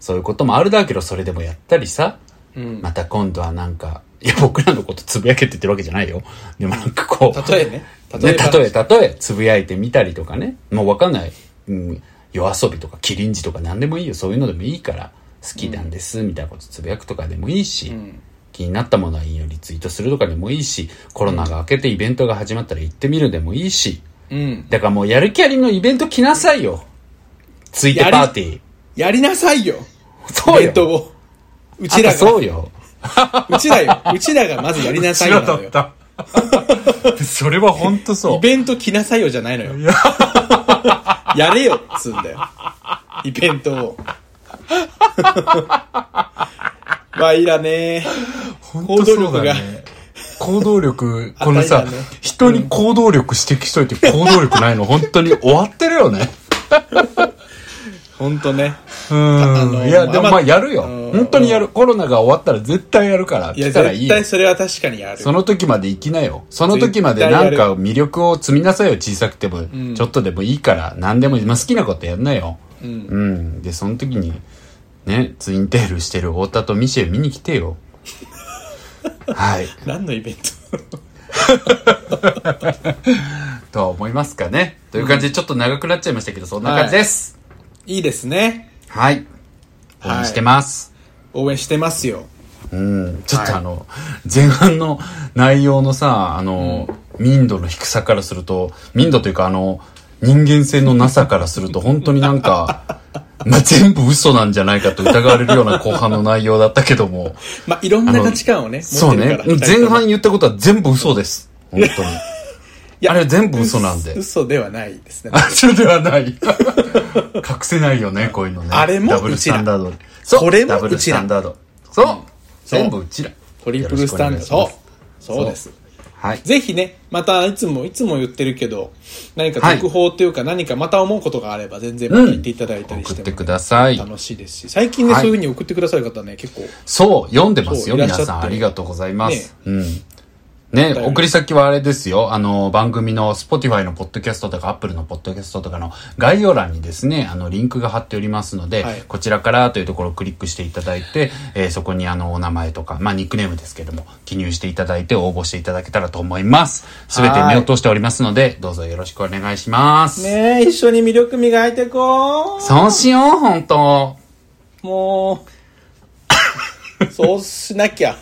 Speaker 3: そういうこともあるだけどそれでもやったりさ
Speaker 1: うん。
Speaker 3: また今度はなんかいや僕らのことつぶやけって言ってるわけじゃないよでもなんかこう
Speaker 1: 例えね。
Speaker 3: ね、例え、
Speaker 1: 話。
Speaker 3: 例え、つぶやいてみたりとかね。もうわかんない。うん、夜遊びとか、キリンジとか何でもいいよ。そういうのでもいいから、好きなんです、みたいなことつぶやくとかでもいいし、
Speaker 1: ん
Speaker 3: 気になったものはいいよ、リツイートするとかでもいいし、コロナが明けてイベントが始まったら行ってみるでもいいし、
Speaker 1: うん。
Speaker 3: だからもうやる気ありのイベント来なさいよ。ついてパーティー。
Speaker 1: やりなさいよ。
Speaker 3: そう
Speaker 1: イベント
Speaker 3: よ。
Speaker 1: を。う
Speaker 3: あ
Speaker 1: ち
Speaker 3: と
Speaker 1: ら
Speaker 3: そ
Speaker 1: が、
Speaker 3: うよ。
Speaker 1: うちらよ。うちらがまずやりなさいよなの よ。
Speaker 3: た。それは本当そ
Speaker 1: イベント来なさいよじゃないのよ。 やれよっつうんだよ。イベントを。 ワイらね
Speaker 3: 本
Speaker 1: 当そうだね
Speaker 3: 行動力、
Speaker 1: こ
Speaker 3: こ
Speaker 1: の
Speaker 3: の
Speaker 1: さ
Speaker 3: さ、人に行動力指摘しといて行動力ないの、本当に終わってるよね。
Speaker 1: ほんとね。
Speaker 3: う
Speaker 1: あの
Speaker 3: ん。いや、でもま
Speaker 1: まあ
Speaker 3: あやるよ。
Speaker 1: うん
Speaker 3: 本当にやる。コロナが終わったら絶対やるから。
Speaker 1: いや、
Speaker 3: 来たらいい
Speaker 1: 絶
Speaker 3: よ。
Speaker 1: 対それは確かにやる。
Speaker 3: その時まで生きなよ。その時までなんか魅力を積みなさいよ、小さくても。
Speaker 1: ん
Speaker 3: ちょっとでもいいから、何でもいい。まあ好きなことやんなよ。
Speaker 1: うん。
Speaker 3: うん。で、その時に、ね、ツインテールしてる太田とミシェル見に来 てよ。はい。
Speaker 1: 何のイベント
Speaker 3: とは思いますかね。という感じで、ちょっと長くなっちゃいましたけど、そんな感じです。
Speaker 1: いいですね。
Speaker 3: はい。応
Speaker 1: はい
Speaker 3: 援してます。
Speaker 1: 応援してますよ。
Speaker 3: うん。ちょっとあの、前半の内容のさ、あの、民度の低さからすると、民度というかあの、人間性のなさからすると、本当になん か、まあ、全部嘘なんじゃないかと疑われるような後半の内容だったけど も。
Speaker 1: まあ、いろんな価値観をね、持っ
Speaker 3: そう
Speaker 1: てる
Speaker 3: ね
Speaker 1: から。。
Speaker 3: 前半言ったことは全部嘘です。本当に。
Speaker 1: や
Speaker 3: あれは全部嘘なんで。
Speaker 1: 嘘ではないですね。
Speaker 3: あ、そうではない。隠せないよね、こういうのね。
Speaker 1: あれも
Speaker 3: ダブルスタンダード。そう
Speaker 1: これも
Speaker 3: ダブルスタンダード。そう、
Speaker 1: そう
Speaker 3: 全部うちら。
Speaker 1: トリプルスタンダード。そう。そうです。
Speaker 3: はい。
Speaker 1: ぜひね、またいつも、いつも言ってるけど、何か続報というか、何かまた思うことがあれば、全然
Speaker 3: うん
Speaker 1: 聞いていただいたり
Speaker 3: 送
Speaker 1: し
Speaker 3: ってて
Speaker 1: も
Speaker 3: ください。
Speaker 1: 楽しいですし、最近ね、
Speaker 3: はい
Speaker 1: そういうふうに送ってくださる方ね、結構、
Speaker 3: そう、読んでます
Speaker 1: そ
Speaker 3: よ、
Speaker 1: ういらっしゃ
Speaker 3: 皆
Speaker 1: って
Speaker 3: さん。ありがとうございます。う
Speaker 1: お
Speaker 3: ん。ね、
Speaker 1: 便り
Speaker 3: 送り先はあれですよ。あの、番組の Spotify のポッドキャストとか Apple のポッドキャストとかの概要欄にですね、あの、リンクが貼っておりますので、
Speaker 1: はい
Speaker 3: こちらからというところをクリックしていただいて、えーそこにあの、お名前とか、まあ、ニックネームですけども、記入していただいて応募していただけたらと思います。すべて目を通しておりますので、どうぞよろしくお願いします。
Speaker 1: ねえ一緒に魅力磨いてこう。
Speaker 3: そうしよう、本当
Speaker 1: もう、そうしなきゃ。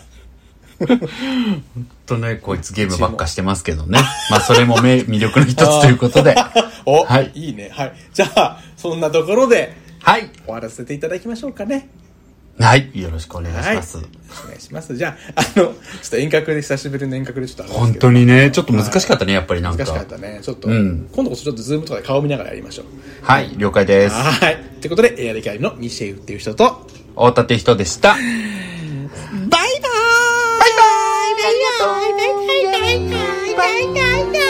Speaker 3: とね、こいつゲームばっかしてますけどね。まあ、それもめ魅力の一つということ で。
Speaker 1: お、
Speaker 3: はい
Speaker 1: い、いね。はい。じゃあ、そんなところで
Speaker 3: はい。
Speaker 1: 終わらせていただきましょうかね。
Speaker 3: はい。よろしくお願いします。
Speaker 1: はい、お願いします。じゃあ、あの、ちょっと遠隔で、久しぶりの遠隔でちょっと話す
Speaker 3: 本
Speaker 1: けど
Speaker 3: 当にね、ちょっと難しかったね、やっぱりなんか。
Speaker 1: 難しかったね。ちょっと、
Speaker 3: うん
Speaker 1: 今度こそちょっとズームとかで顔見ながらやりましょう。
Speaker 3: はい、了解です。
Speaker 1: はい。ってことで、エアリカイのミシェウっていう人と、
Speaker 3: 大立人で した。
Speaker 5: Bye bye. Bye bye. Bye bye. Bye bye. Bye bye. Bye bye.